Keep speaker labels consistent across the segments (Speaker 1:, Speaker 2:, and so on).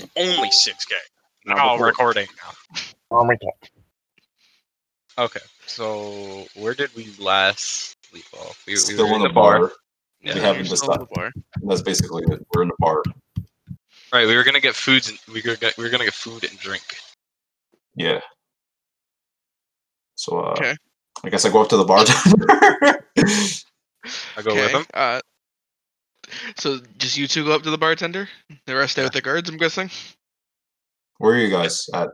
Speaker 1: It's only 6K.
Speaker 2: No,
Speaker 1: Oh,
Speaker 2: before-
Speaker 1: recording now.
Speaker 2: Oh my god.
Speaker 1: Okay, so where did we last leave off? We, we
Speaker 3: Still
Speaker 1: were
Speaker 3: in the bar.
Speaker 1: Yeah.
Speaker 3: We
Speaker 4: You're
Speaker 3: haven't
Speaker 4: still in
Speaker 3: decided.
Speaker 4: the bar.
Speaker 3: That's basically it. We're in the bar.
Speaker 1: Right, we were gonna get foods. And, we were gonna, we were gonna get food and drink.
Speaker 3: Yeah. So uh,
Speaker 4: Okay.
Speaker 3: I guess I go up to the bartender.
Speaker 1: I go with
Speaker 4: Okay,
Speaker 1: him.
Speaker 4: Uh, so just you two go up to the bartender. The rest stay with the guards. I'm guessing.
Speaker 3: Where are you guys at?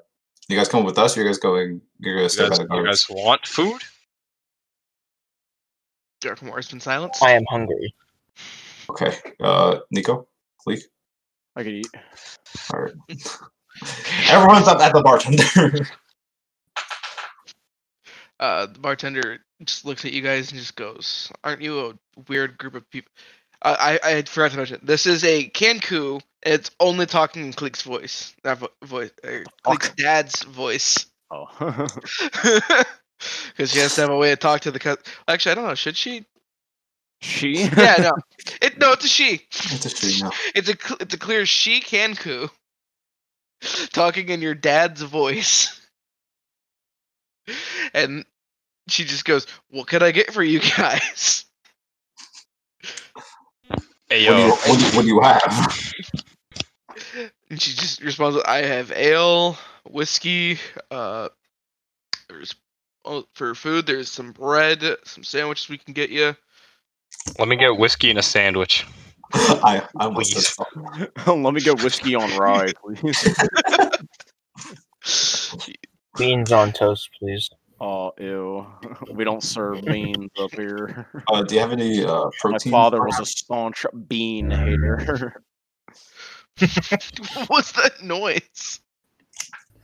Speaker 3: You guys coming with us? Or you guys going? You're gonna stay
Speaker 1: You
Speaker 3: by
Speaker 1: guys,
Speaker 3: the
Speaker 1: you
Speaker 3: guards.
Speaker 1: guys want food?
Speaker 4: Darkmoor's been silenced.
Speaker 2: I am hungry.
Speaker 3: Okay. Uh, Nico, Leek.
Speaker 5: I could eat.
Speaker 3: All right. Everyone's up at the bartender.
Speaker 4: Uh, the bartender just looks at you guys and just goes, "Aren't you a weird group of people?" I I, I had forgot to mention this is a Kanku. And it's only talking in Cleek's voice, not vo- voice. Uh, Cleek's dad's voice,
Speaker 5: Oh.
Speaker 4: because she has to have a way to talk to the. Cu- Actually, I don't know. Should she?
Speaker 5: she?
Speaker 4: Yeah, no. It no, it's a she.
Speaker 3: It's a she now.
Speaker 4: It's a cl- it's a clear she Kanku talking in your dad's voice, and she just goes, "What can I get for you guys?"
Speaker 1: Hey
Speaker 3: What do, you,
Speaker 1: yo,
Speaker 3: what, do you, what do you have?
Speaker 4: And she just responds, with, "I have ale, whiskey. Uh, there's oh, for food. There's some bread, some sandwiches we can get you.
Speaker 1: let me get whiskey and a sandwich.
Speaker 3: I I want
Speaker 1: Please.
Speaker 3: this.
Speaker 5: Let me get whiskey on rye, please.
Speaker 2: Beans on toast, please.
Speaker 5: Oh, ew. We don't serve beans up here.
Speaker 3: Uh, do you have any uh,
Speaker 5: My
Speaker 3: protein?
Speaker 5: father was a staunch bean hater.
Speaker 4: What's that noise?"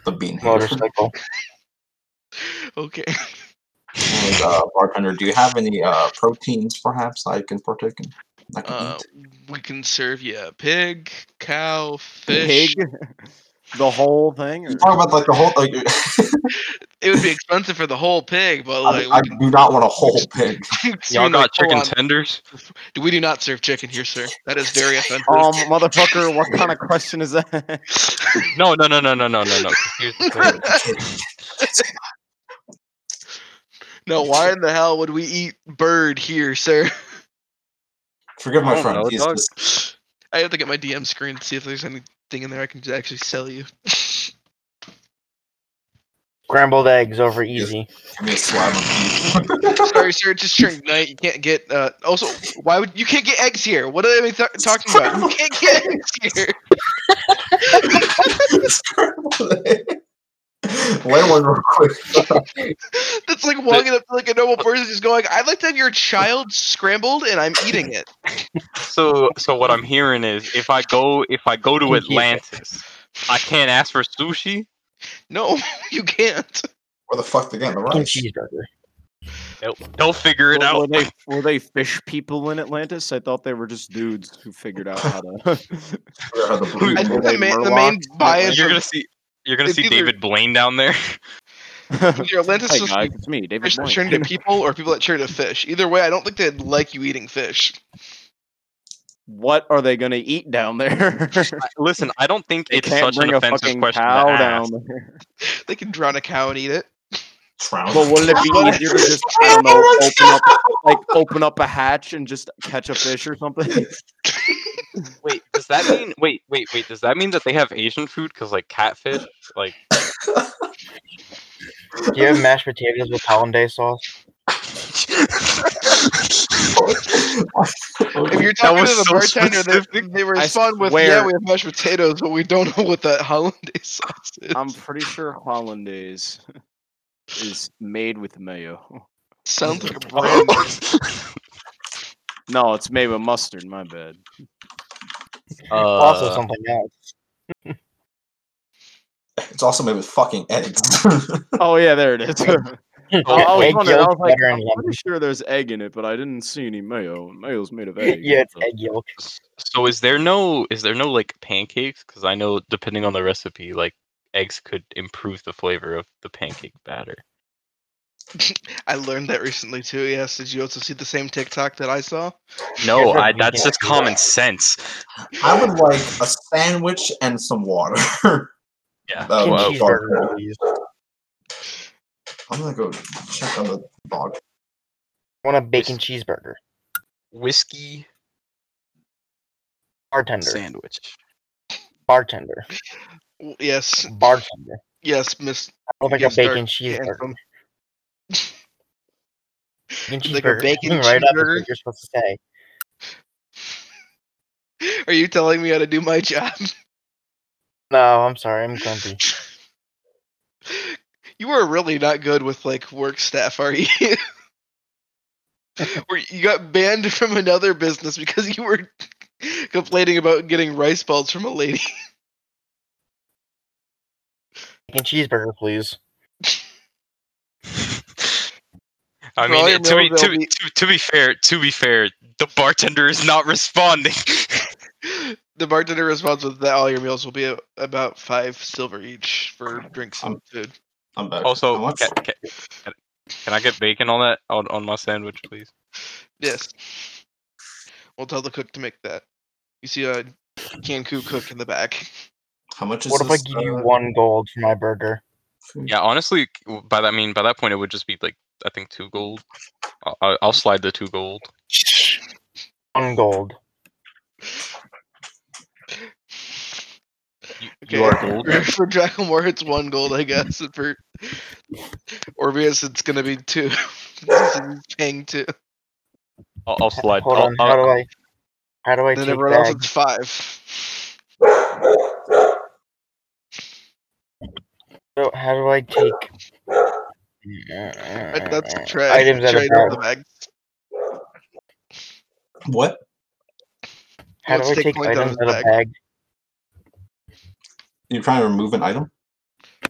Speaker 3: the bean. hater.
Speaker 2: Motorcycle.
Speaker 4: Okay.
Speaker 3: And, uh, bartender, do you have any uh, proteins perhaps I can partake in? I can
Speaker 4: Uh,
Speaker 3: eat?
Speaker 4: we can serve you a pig, cow, fish.
Speaker 5: Pig? The whole thing?
Speaker 3: You
Speaker 5: or-
Speaker 3: talk about like the whole. Like,
Speaker 4: It would be expensive for the whole pig, but like
Speaker 3: I, I do not want a whole pig.
Speaker 4: we, can-
Speaker 1: Y'all
Speaker 4: like,
Speaker 1: got
Speaker 4: full
Speaker 1: chicken
Speaker 4: on-
Speaker 1: tenders?
Speaker 4: we do not serve chicken here, sir. That is very offensive.
Speaker 5: Um, motherfucker, what kind of question is that?
Speaker 1: No, no, no, no, no, no, no, no. Here's the thing.
Speaker 4: no, why in the hell would we eat bird here, sir?
Speaker 3: Forgive
Speaker 1: I
Speaker 3: my
Speaker 1: don't
Speaker 3: friend.
Speaker 1: know,
Speaker 3: he's
Speaker 1: dog.
Speaker 3: just-
Speaker 4: I have to get my DM screen to see if there's anything in there I can actually sell you.
Speaker 2: Scrambled eggs over easy.
Speaker 3: give me a slab of beef.
Speaker 4: Sorry, sir, it's just during night. You can't get. Uh, also, why would you can't get eggs here? What are they th- talking about? You can't get eggs here.
Speaker 3: Lay one real quick.
Speaker 4: That's like walking up to like a normal person, just going, "I'd like to have your child scrambled, and I'm eating it."
Speaker 1: So, so what I'm hearing is, if I go, if I go to
Speaker 2: Confused.
Speaker 1: Atlantis, I can't ask for sushi.
Speaker 4: No, you can't.
Speaker 3: Where the fuck they getting the
Speaker 2: Fucking
Speaker 3: rice?
Speaker 2: cheeseburger.
Speaker 1: They'll, they'll figure it
Speaker 5: Were,
Speaker 1: out.
Speaker 5: were they were they fish people in Atlantis? I thought they were just dudes who figured out how to.
Speaker 3: Where are the blue-
Speaker 4: I think
Speaker 5: they
Speaker 4: the main, the main
Speaker 5: Murlocs?
Speaker 4: bias
Speaker 1: You're
Speaker 4: of
Speaker 1: gonna see. You're gonna
Speaker 4: It's
Speaker 1: see
Speaker 4: either-
Speaker 1: David Blaine down there.
Speaker 4: either Atlantis
Speaker 5: hey
Speaker 4: was
Speaker 5: guys, it's me, David.
Speaker 4: fish that
Speaker 5: Blaine.
Speaker 4: turned to people or people that turned to fish. Either way, I don't think they'd like you eating fish.
Speaker 5: What are they gonna eat down there?
Speaker 1: Listen, I don't think
Speaker 5: They
Speaker 1: it's such an offensive question to ask.
Speaker 5: there.
Speaker 4: They can drown a cow and eat it.
Speaker 3: Trout.
Speaker 5: But wouldn't it be easier to just I don't know open up like open up a hatch and just catch a fish or something?
Speaker 1: Wait, does that mean? Wait, wait, wait. Does that mean that they have Asian food? Because like catfish, like
Speaker 2: Do you have mashed potatoes with hollandaise sauce?
Speaker 4: If you're
Speaker 1: That
Speaker 4: talking
Speaker 1: was
Speaker 4: to the
Speaker 1: so
Speaker 4: bartender, they,
Speaker 1: specific.
Speaker 4: they
Speaker 5: I
Speaker 4: respond with,
Speaker 5: swear.
Speaker 4: "Yeah, we have mashed potatoes, but we don't know what that hollandaise sauce is."
Speaker 5: I'm pretty sure hollandaise is made with mayo.
Speaker 4: Sounds like a
Speaker 5: Oh.
Speaker 4: brand.
Speaker 5: No, it's made with mustard. My bad.
Speaker 2: also
Speaker 1: Uh,
Speaker 2: something else.
Speaker 3: It's also made with fucking eggs.
Speaker 5: Oh yeah, there it is. I, I was
Speaker 2: Egg
Speaker 5: wondering, I
Speaker 2: yolk,
Speaker 5: was like,
Speaker 2: vinegar,
Speaker 5: I'm
Speaker 2: and lemon.
Speaker 5: pretty sure there's egg in it, but I didn't see any mayo. Mayo's made of egg.
Speaker 2: yeah, it's
Speaker 5: so-
Speaker 2: egg yolk.
Speaker 1: so is there no is there no like pancakes? Because I know depending on the recipe, like eggs could improve the flavor of the pancake batter.
Speaker 4: I learned that recently too. Yes. Did you also see the same TikTok that I saw?
Speaker 1: No,
Speaker 2: Yeah,
Speaker 1: I,
Speaker 2: we
Speaker 1: that's
Speaker 2: can't
Speaker 1: just
Speaker 2: do
Speaker 1: common sense.
Speaker 3: I would like a sandwich and some water.
Speaker 1: Yeah.
Speaker 3: That
Speaker 2: Chicken
Speaker 3: would be
Speaker 2: cheeseburger,
Speaker 3: fun.
Speaker 2: please.
Speaker 3: I'm gonna go check on the dog.
Speaker 2: I want a bacon cheeseburger.
Speaker 1: Whiskey
Speaker 2: Bartender.
Speaker 1: sandwich.
Speaker 2: Bartender.
Speaker 4: W- Yes.
Speaker 2: Bartender.
Speaker 4: Yes, Miss.
Speaker 2: I don't think
Speaker 4: You
Speaker 2: a bacon
Speaker 4: start
Speaker 2: cheeseburger. Bacon
Speaker 4: Like a
Speaker 2: cheeseburger.
Speaker 4: bacon
Speaker 2: Coming right up is
Speaker 4: cheeseburger?
Speaker 2: what you're supposed to say.
Speaker 4: Are you telling me how to do my job?
Speaker 2: No, I'm sorry. I'm grumpy.
Speaker 4: You are really not good with like work staff, are you? Where you got banned from another business because you were complaining about getting rice balls from a lady.
Speaker 2: Bacon cheeseburger, please.
Speaker 1: I
Speaker 4: For all
Speaker 1: mean,
Speaker 4: your
Speaker 1: to be,
Speaker 4: meals,
Speaker 1: to,
Speaker 4: they'll
Speaker 1: be, to, to be fair, to be fair, the bartender is not responding.
Speaker 4: The bartender responds with that all your meals will be a- about five silver each for drinks and food.
Speaker 3: I'm back. I
Speaker 1: also,
Speaker 3: want
Speaker 1: can, can, can I get bacon on that on, on my sandwich, please?
Speaker 4: Yes. We'll tell the cook to make that. You see a Cancun cook in the back.
Speaker 3: How much is
Speaker 2: What if I
Speaker 3: this?
Speaker 2: give you
Speaker 3: uh,
Speaker 2: one gold for my burger?
Speaker 3: food?
Speaker 1: Yeah, honestly, c- by that I mean by that point it would just be like I think two gold. I'll- I'll, I'll slide the two gold.
Speaker 2: One gold.
Speaker 1: You,
Speaker 4: Okay.
Speaker 1: you are gold.
Speaker 4: for Dragonmore, it's one gold, I guess. And for Orbius, it's gonna be two. This is paying two.
Speaker 1: I'll, I'll slide.
Speaker 2: Hold
Speaker 1: I'll-
Speaker 3: Oh,
Speaker 1: I'll-
Speaker 2: on. How do I? How do I
Speaker 4: then
Speaker 2: take
Speaker 4: everyone else,
Speaker 2: that?
Speaker 4: it's five.
Speaker 2: So how do I take
Speaker 4: Right, that's a trade.
Speaker 2: items out of
Speaker 4: trade out
Speaker 2: bag?
Speaker 4: the bag.
Speaker 3: What?
Speaker 2: How do
Speaker 4: Let's
Speaker 2: I
Speaker 4: take
Speaker 2: take
Speaker 4: coins out of
Speaker 2: items
Speaker 4: the
Speaker 2: out of bag?
Speaker 3: You're trying to remove an item?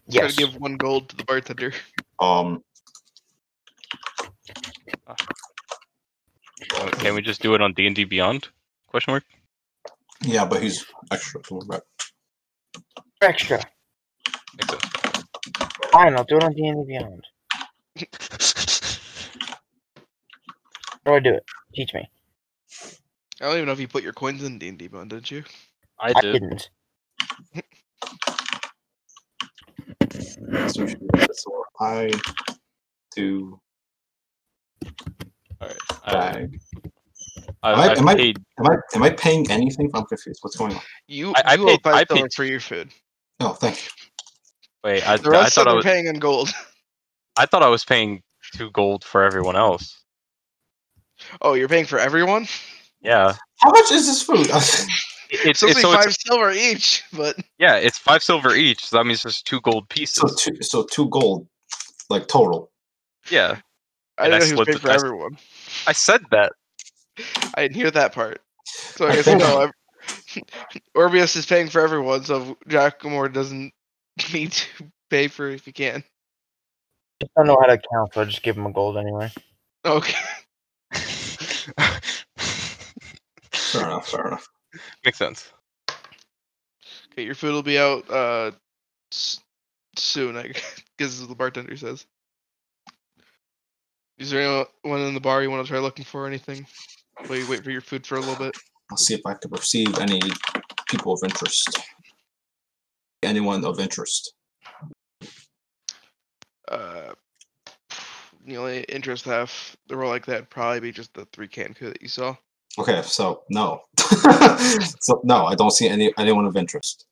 Speaker 2: Yes.
Speaker 4: Try to give one gold to the bartender.
Speaker 3: Um,
Speaker 1: uh, Can we just do it on D and D Beyond? Question mark.
Speaker 3: yeah, but he's extra. so we're back.
Speaker 2: Extra.
Speaker 1: Makes sense.
Speaker 2: Fine, I'll do it on D and Beyond. How do I do it? Teach me.
Speaker 4: I don't even know if you put your coins in D and D bond, did you?
Speaker 1: I
Speaker 2: I
Speaker 1: did.
Speaker 2: didn't.
Speaker 3: That's what you do. So I do
Speaker 1: All right. I,
Speaker 3: bag.
Speaker 1: I,
Speaker 3: Am I-
Speaker 1: I,
Speaker 3: am I-
Speaker 1: paid.
Speaker 3: Am I am I paying anything? I'm confused. What's going on?
Speaker 4: You
Speaker 1: I- I
Speaker 4: you owe
Speaker 1: paid- I
Speaker 4: five silver
Speaker 1: paid-
Speaker 4: for your food.
Speaker 3: No, thank you.
Speaker 1: Wait, I, I
Speaker 4: The rest
Speaker 1: thought
Speaker 4: of
Speaker 1: I
Speaker 4: them are
Speaker 1: was.
Speaker 4: paying in gold.
Speaker 1: I thought I was paying two gold for everyone else.
Speaker 4: Oh, you're paying for everyone.
Speaker 1: Yeah.
Speaker 3: How much is this food?
Speaker 1: It- It's,
Speaker 4: So
Speaker 1: it's,
Speaker 4: it's
Speaker 1: so
Speaker 4: five
Speaker 1: it's
Speaker 4: silver each, but
Speaker 1: yeah, it's five silver each. So that means there's two gold pieces.
Speaker 3: so two, so two gold, like total.
Speaker 1: yeah,
Speaker 4: I
Speaker 1: And I
Speaker 4: didn't know he was
Speaker 1: split the-
Speaker 4: paying for
Speaker 1: I s-
Speaker 4: everyone.
Speaker 1: I said that.
Speaker 4: I didn't hear that part. So I
Speaker 3: I
Speaker 4: guess you
Speaker 3: think-
Speaker 4: know ev- Orbius is paying for everyone, so Giacomo doesn't need to pay for if he can.
Speaker 2: I just don't know how to count, so I just give him a gold anyway.
Speaker 4: Okay.
Speaker 3: Fair enough. Fair enough.
Speaker 1: Makes sense.
Speaker 4: Okay, your food will be out uh s- soon, I guess, is what the bartender says. Is there anyone in the bar you want to try looking for or anything? While you wait for your food for a little bit.
Speaker 3: Let's see if I can receive any people of interest. Anyone of interest?
Speaker 4: Uh the only interest I have the roll like that'd probably be just the three can coup that you saw.
Speaker 3: Okay, so no, so no, I don't see any anyone of interest.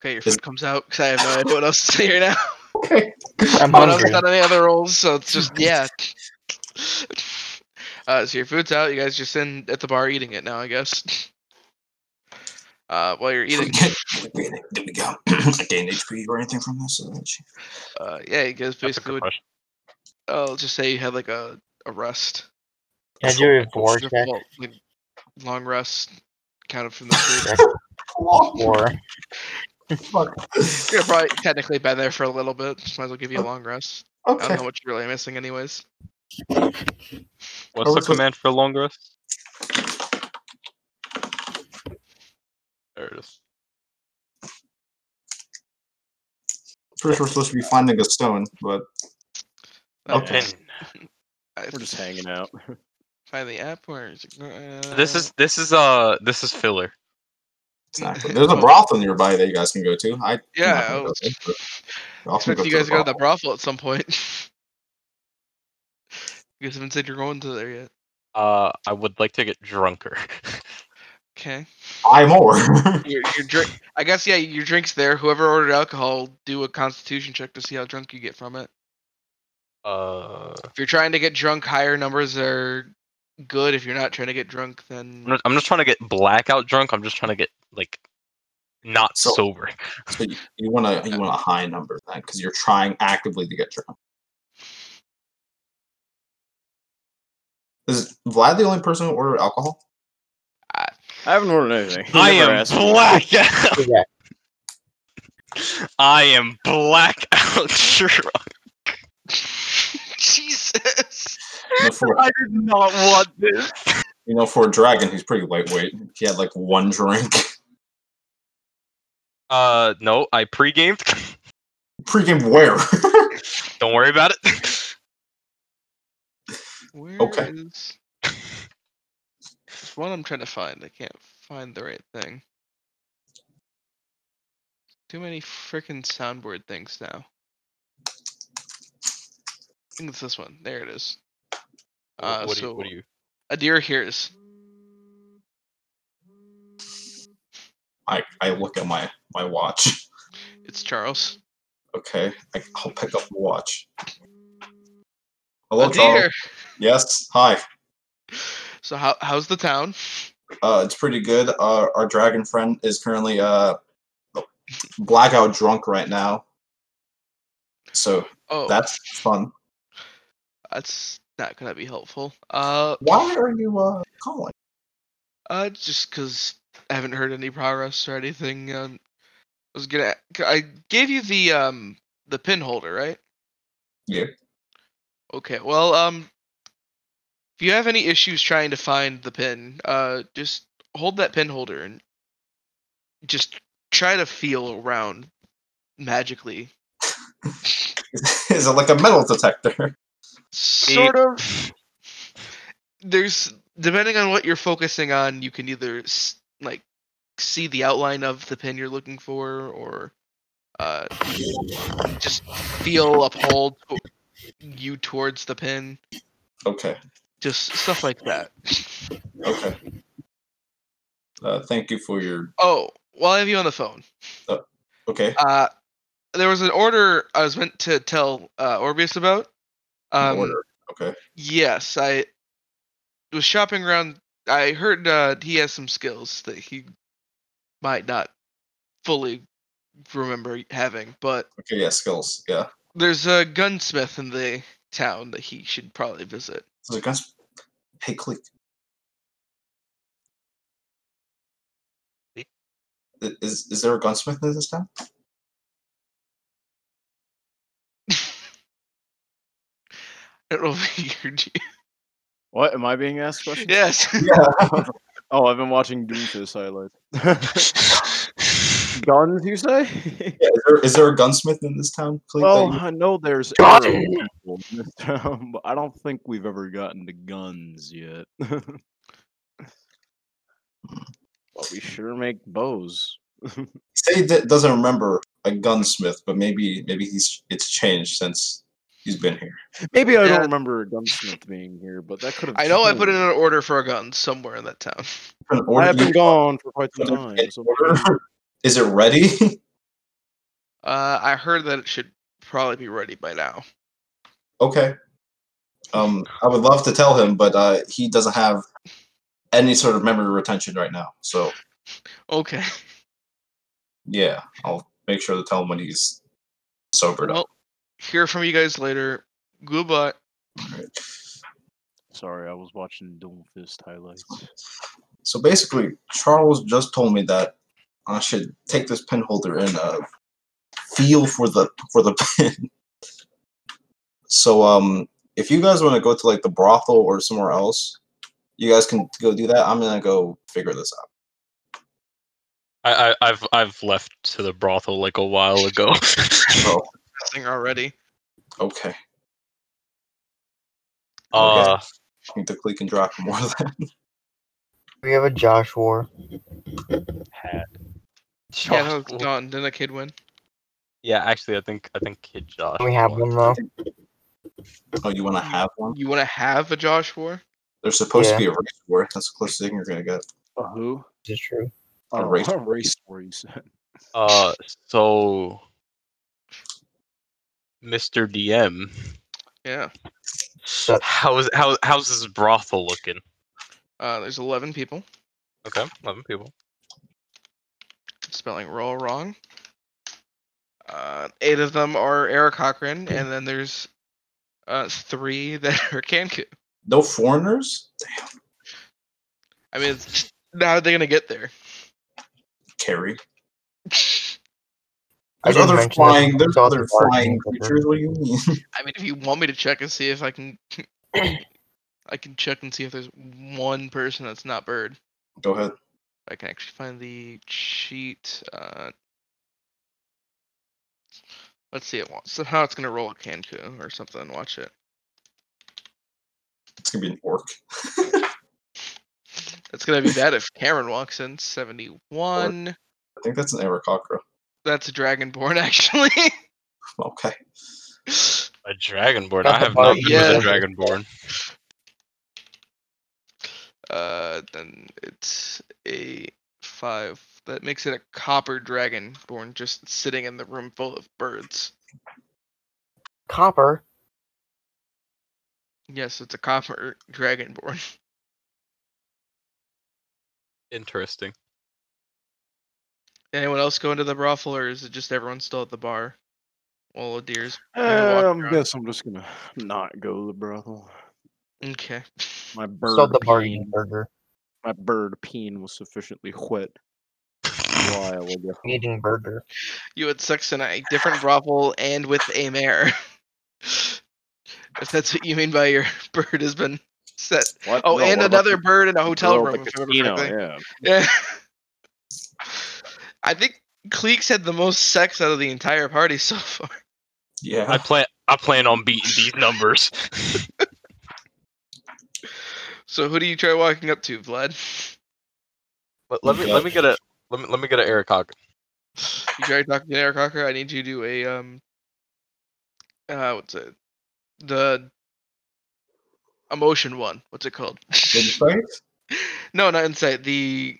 Speaker 4: Okay, your
Speaker 3: Is-
Speaker 4: food comes out because I have no idea what else to say right now.
Speaker 2: I'm
Speaker 4: I don't
Speaker 2: hungry.
Speaker 4: got any other rolls, so it's just yeah. Uh, so your food's out. You guys just in at the bar eating it now, I guess. Uh, while you're eating,
Speaker 3: There we go. I gain HP or anything from this? Uh, gee.
Speaker 4: uh, yeah, you guys
Speaker 1: That's a
Speaker 4: basically
Speaker 1: good
Speaker 4: would. oh,
Speaker 1: question.
Speaker 4: I'll just say you had like a, a rest,
Speaker 2: Can I do a
Speaker 4: It's
Speaker 2: war
Speaker 4: your
Speaker 2: check?
Speaker 4: fault, like, long rest, counted from the food.
Speaker 3: Oh,
Speaker 2: War.
Speaker 3: fuck.
Speaker 4: You're probably technically been there for a little bit. Just might as well give you a long rest. I
Speaker 3: Okay.
Speaker 4: don't know what you're really missing, anyways.
Speaker 1: What's the
Speaker 3: was it?
Speaker 1: command for long rest? There it is.
Speaker 3: First, we're supposed to be finding a stone, but Okay.
Speaker 1: Then
Speaker 4: I-
Speaker 5: We're just hanging out.
Speaker 4: Uh, Find the app or is it, uh,
Speaker 1: This is this is uh this is filler.
Speaker 3: it's not good. There's a brothel nearby that you guys can go to. I
Speaker 4: yeah. oh. I
Speaker 3: I'm not gonna go there,
Speaker 4: was,
Speaker 3: but I'll
Speaker 4: expect
Speaker 3: go
Speaker 4: you
Speaker 3: to
Speaker 4: guys to go to
Speaker 3: the
Speaker 4: the brothel at some point. you guys haven't said you're going to there yet.
Speaker 1: Uh, I would like to get drunker.
Speaker 4: Okay.
Speaker 3: buy more.
Speaker 4: Your, your drink. I guess yeah. Your drinks there. Whoever ordered alcohol, do a constitution check to see how drunk you get from it.
Speaker 1: uh,
Speaker 4: If you're trying to get drunk, higher numbers are good. If you're not trying to get drunk,
Speaker 1: I'm
Speaker 4: then
Speaker 1: not- I'm just trying to get blackout drunk. I'm just trying to get like not
Speaker 3: So-
Speaker 1: sober.
Speaker 3: so you, you want to you want a high number then, because you're trying actively to get drunk. Is Vlad the only person who ordered alcohol?
Speaker 5: I haven't ordered anything. He
Speaker 1: I
Speaker 5: never
Speaker 1: am
Speaker 5: asked me.
Speaker 1: blackout.
Speaker 2: Yeah.
Speaker 1: I am blackout drunk.
Speaker 4: Jesus.
Speaker 3: You know, for,
Speaker 1: I did not want this.
Speaker 3: you know, for a dragon, he's pretty lightweight. He had like one drink.
Speaker 1: Uh, no, I pre-gamed.
Speaker 3: Pre-game where?
Speaker 1: Don't worry about it.
Speaker 4: Where
Speaker 3: Okay.
Speaker 4: is- There's one I'm trying to find. I can't find the right thing. Too many freaking soundboard things now. I think it's this one. There it is. Uh,
Speaker 1: what, do
Speaker 4: so
Speaker 1: you, what do you?
Speaker 4: a deer hears.
Speaker 3: I, I look at my my watch.
Speaker 4: It's Charles.
Speaker 3: Okay, I, I'll pick up the watch.
Speaker 4: A
Speaker 3: Hello, Charles.
Speaker 4: deer.
Speaker 3: Yes. Hi.
Speaker 4: So how how's the town?
Speaker 3: Uh, it's pretty good. Uh, our dragon friend is currently uh, blackout drunk right now. So
Speaker 4: Oh,
Speaker 3: that's fun.
Speaker 4: that's not gonna be helpful. Uh,
Speaker 3: Why are you uh, calling?
Speaker 4: Uh, just 'cause I haven't heard any progress or anything. Um, I was gonna. c- I gave you the um the pin holder, right?
Speaker 3: Yeah.
Speaker 4: Okay. Well, um, if you have any issues trying to find the pin, uh, just hold that pin holder and just try to feel around magically.
Speaker 3: is it like a metal detector?
Speaker 4: Sort of. there's depending on what you're focusing on, you can either s- like see the outline of the pin you're looking for, or uh, just feel a pull to- you towards the pin,
Speaker 3: Okay.
Speaker 4: just stuff like that.
Speaker 3: Okay. Uh, thank you for your.
Speaker 4: Oh, while I have you on the phone,
Speaker 3: Okay.
Speaker 4: uh, there was an order I was meant to tell uh, Orbius about. Um,
Speaker 3: order. Okay.
Speaker 4: Yes, I was shopping around. I heard uh, he has some skills that he might not fully remember having, but
Speaker 3: Okay. Yeah. Skills. Yeah.
Speaker 4: there's a gunsmith in the town that he should probably visit.
Speaker 3: So guns. Hey, click.
Speaker 1: Click?
Speaker 3: I- Is is there a gunsmith in this town?
Speaker 4: I don't know if he heard you.
Speaker 5: What am I being asked? Questions?
Speaker 4: Yes.
Speaker 5: Oh, I've been watching Doomfist highlights. Guns, you say?
Speaker 3: Yeah, is there is there a gunsmith in this town? Cleve, that
Speaker 5: well,
Speaker 3: you-
Speaker 5: I know there's
Speaker 2: Guns!
Speaker 5: arrow people in this town, but I don't think we've ever gotten to guns yet. but we sure make bows.
Speaker 3: say that doesn't remember a gunsmith, but maybe maybe he's it's changed since he's been here.
Speaker 5: Maybe I
Speaker 4: Yeah.
Speaker 5: don't remember a gunsmith being here, but that could have.
Speaker 4: I know I put in an order for a gun somewhere in that town.
Speaker 3: An
Speaker 5: I
Speaker 3: order-
Speaker 5: have been
Speaker 3: you-
Speaker 5: gone for quite some
Speaker 3: an
Speaker 5: time. So
Speaker 3: order? Is it ready?
Speaker 4: Uh, I heard that it should probably be ready by now.
Speaker 3: okay. Um, I would love to tell him, but uh, he doesn't have any sort of memory retention right now. So
Speaker 4: Okay.
Speaker 3: yeah, I'll make sure to tell him when he's sobered up.
Speaker 4: Well, hear from you guys later. Goodbye.
Speaker 5: sorry, I was watching Doomfist highlights.
Speaker 3: So basically, Charles just told me that I should take this pen holder and uh, feel for the for the pen. so um, if you guys want to go to like the brothel or somewhere else, you guys can go do that. I'm gonna go figure this out.
Speaker 1: I, I, I've I've left to the brothel like a while ago.
Speaker 3: Oh,
Speaker 4: thing already.
Speaker 3: okay.
Speaker 1: uh,
Speaker 3: Need to click and drop more of that.
Speaker 2: We have a Josh war.
Speaker 4: Yeah, that was gone. Didn't a kid win?
Speaker 1: yeah, actually, I think I think Kid Josh.
Speaker 2: We have
Speaker 1: won.
Speaker 2: one though.
Speaker 3: Oh, you want to have one?
Speaker 4: You want to have a Josh War?
Speaker 3: There's supposed
Speaker 2: Yeah.
Speaker 3: to be a race war. That's the closest thing you're gonna get.
Speaker 5: A who?
Speaker 2: This is true.
Speaker 3: A
Speaker 5: A
Speaker 3: race-
Speaker 5: race, a race war, you said.
Speaker 1: Uh, so, Mr. DM,
Speaker 4: Yeah.
Speaker 2: So,
Speaker 1: how's how, how's this brothel looking?
Speaker 4: Uh, there's 11 people.
Speaker 1: Okay, eleven people.
Speaker 4: Spelling roll wrong. Uh, eight of them are Eric Cochran, and then there's uh, three that are Kanku.
Speaker 3: No foreigners.
Speaker 4: I mean, it's, how are they going to get there?
Speaker 3: Carry.
Speaker 2: I
Speaker 3: There's
Speaker 2: didn't
Speaker 3: other
Speaker 2: mention this,
Speaker 3: flying.
Speaker 2: but
Speaker 3: There's
Speaker 2: it's also
Speaker 3: other
Speaker 2: large
Speaker 3: flying
Speaker 2: and clever.
Speaker 3: creatures. What do you mean?
Speaker 4: I mean, if you want me to check and see if I can. I can check and see if there's one person that's not bird.
Speaker 3: Go ahead.
Speaker 4: I can actually find the cheat. Uh, let's see it wants. Somehow it's gonna roll a Kanku or something. Watch it.
Speaker 3: It's gonna be an orc.
Speaker 4: It's gonna be bad if Cameron walks in. Seventy-one.
Speaker 3: I think that's an Arakocra.
Speaker 4: That's a Dragonborn actually.
Speaker 3: Okay.
Speaker 1: A dragonborn.
Speaker 2: That's
Speaker 1: I
Speaker 2: the
Speaker 1: have
Speaker 2: part-
Speaker 1: not been with a
Speaker 4: yeah.
Speaker 1: dragonborn.
Speaker 4: uh, then it's a five. That makes it a copper dragonborn just sitting in the room full of birds.
Speaker 2: Copper.
Speaker 4: Yes, it's a copper dragonborn.
Speaker 1: Interesting.
Speaker 4: Anyone else go into the brothel, or is it just everyone still at the bar? Well, deers. gonna walk
Speaker 5: Uh, I'm
Speaker 4: around.
Speaker 5: guess I'm just gonna not go to the brothel.
Speaker 4: Okay.
Speaker 5: My bird
Speaker 2: Sold the bargain
Speaker 5: peen,
Speaker 2: burger.
Speaker 5: my bird peen was sufficiently wet a while ago.
Speaker 2: Eating burger.
Speaker 4: You had sex in a different brothel and with a mare. if that's what you mean by your bird has been set.
Speaker 5: What?
Speaker 4: Oh,
Speaker 5: No,
Speaker 4: and
Speaker 5: what about
Speaker 4: another
Speaker 5: the
Speaker 4: bird in a hotel
Speaker 5: girl
Speaker 4: room.
Speaker 5: at
Speaker 4: If
Speaker 5: the
Speaker 4: I remember
Speaker 5: casino?
Speaker 4: correctly.
Speaker 5: Yeah.
Speaker 4: Yeah. I think Cleeks had the most sex out of the entire party so far.
Speaker 1: I
Speaker 3: Yeah.
Speaker 1: plan I plan on beating these numbers.
Speaker 4: So who do you try walking up to, Vlad?
Speaker 1: let, let me let me get a let me let me get an Eric Cochran.
Speaker 4: You try talking to Eric Cocker. I need you to do a um. Uh, what's it? The emotion one. What's it called?
Speaker 3: Insight.
Speaker 4: no, not insight. The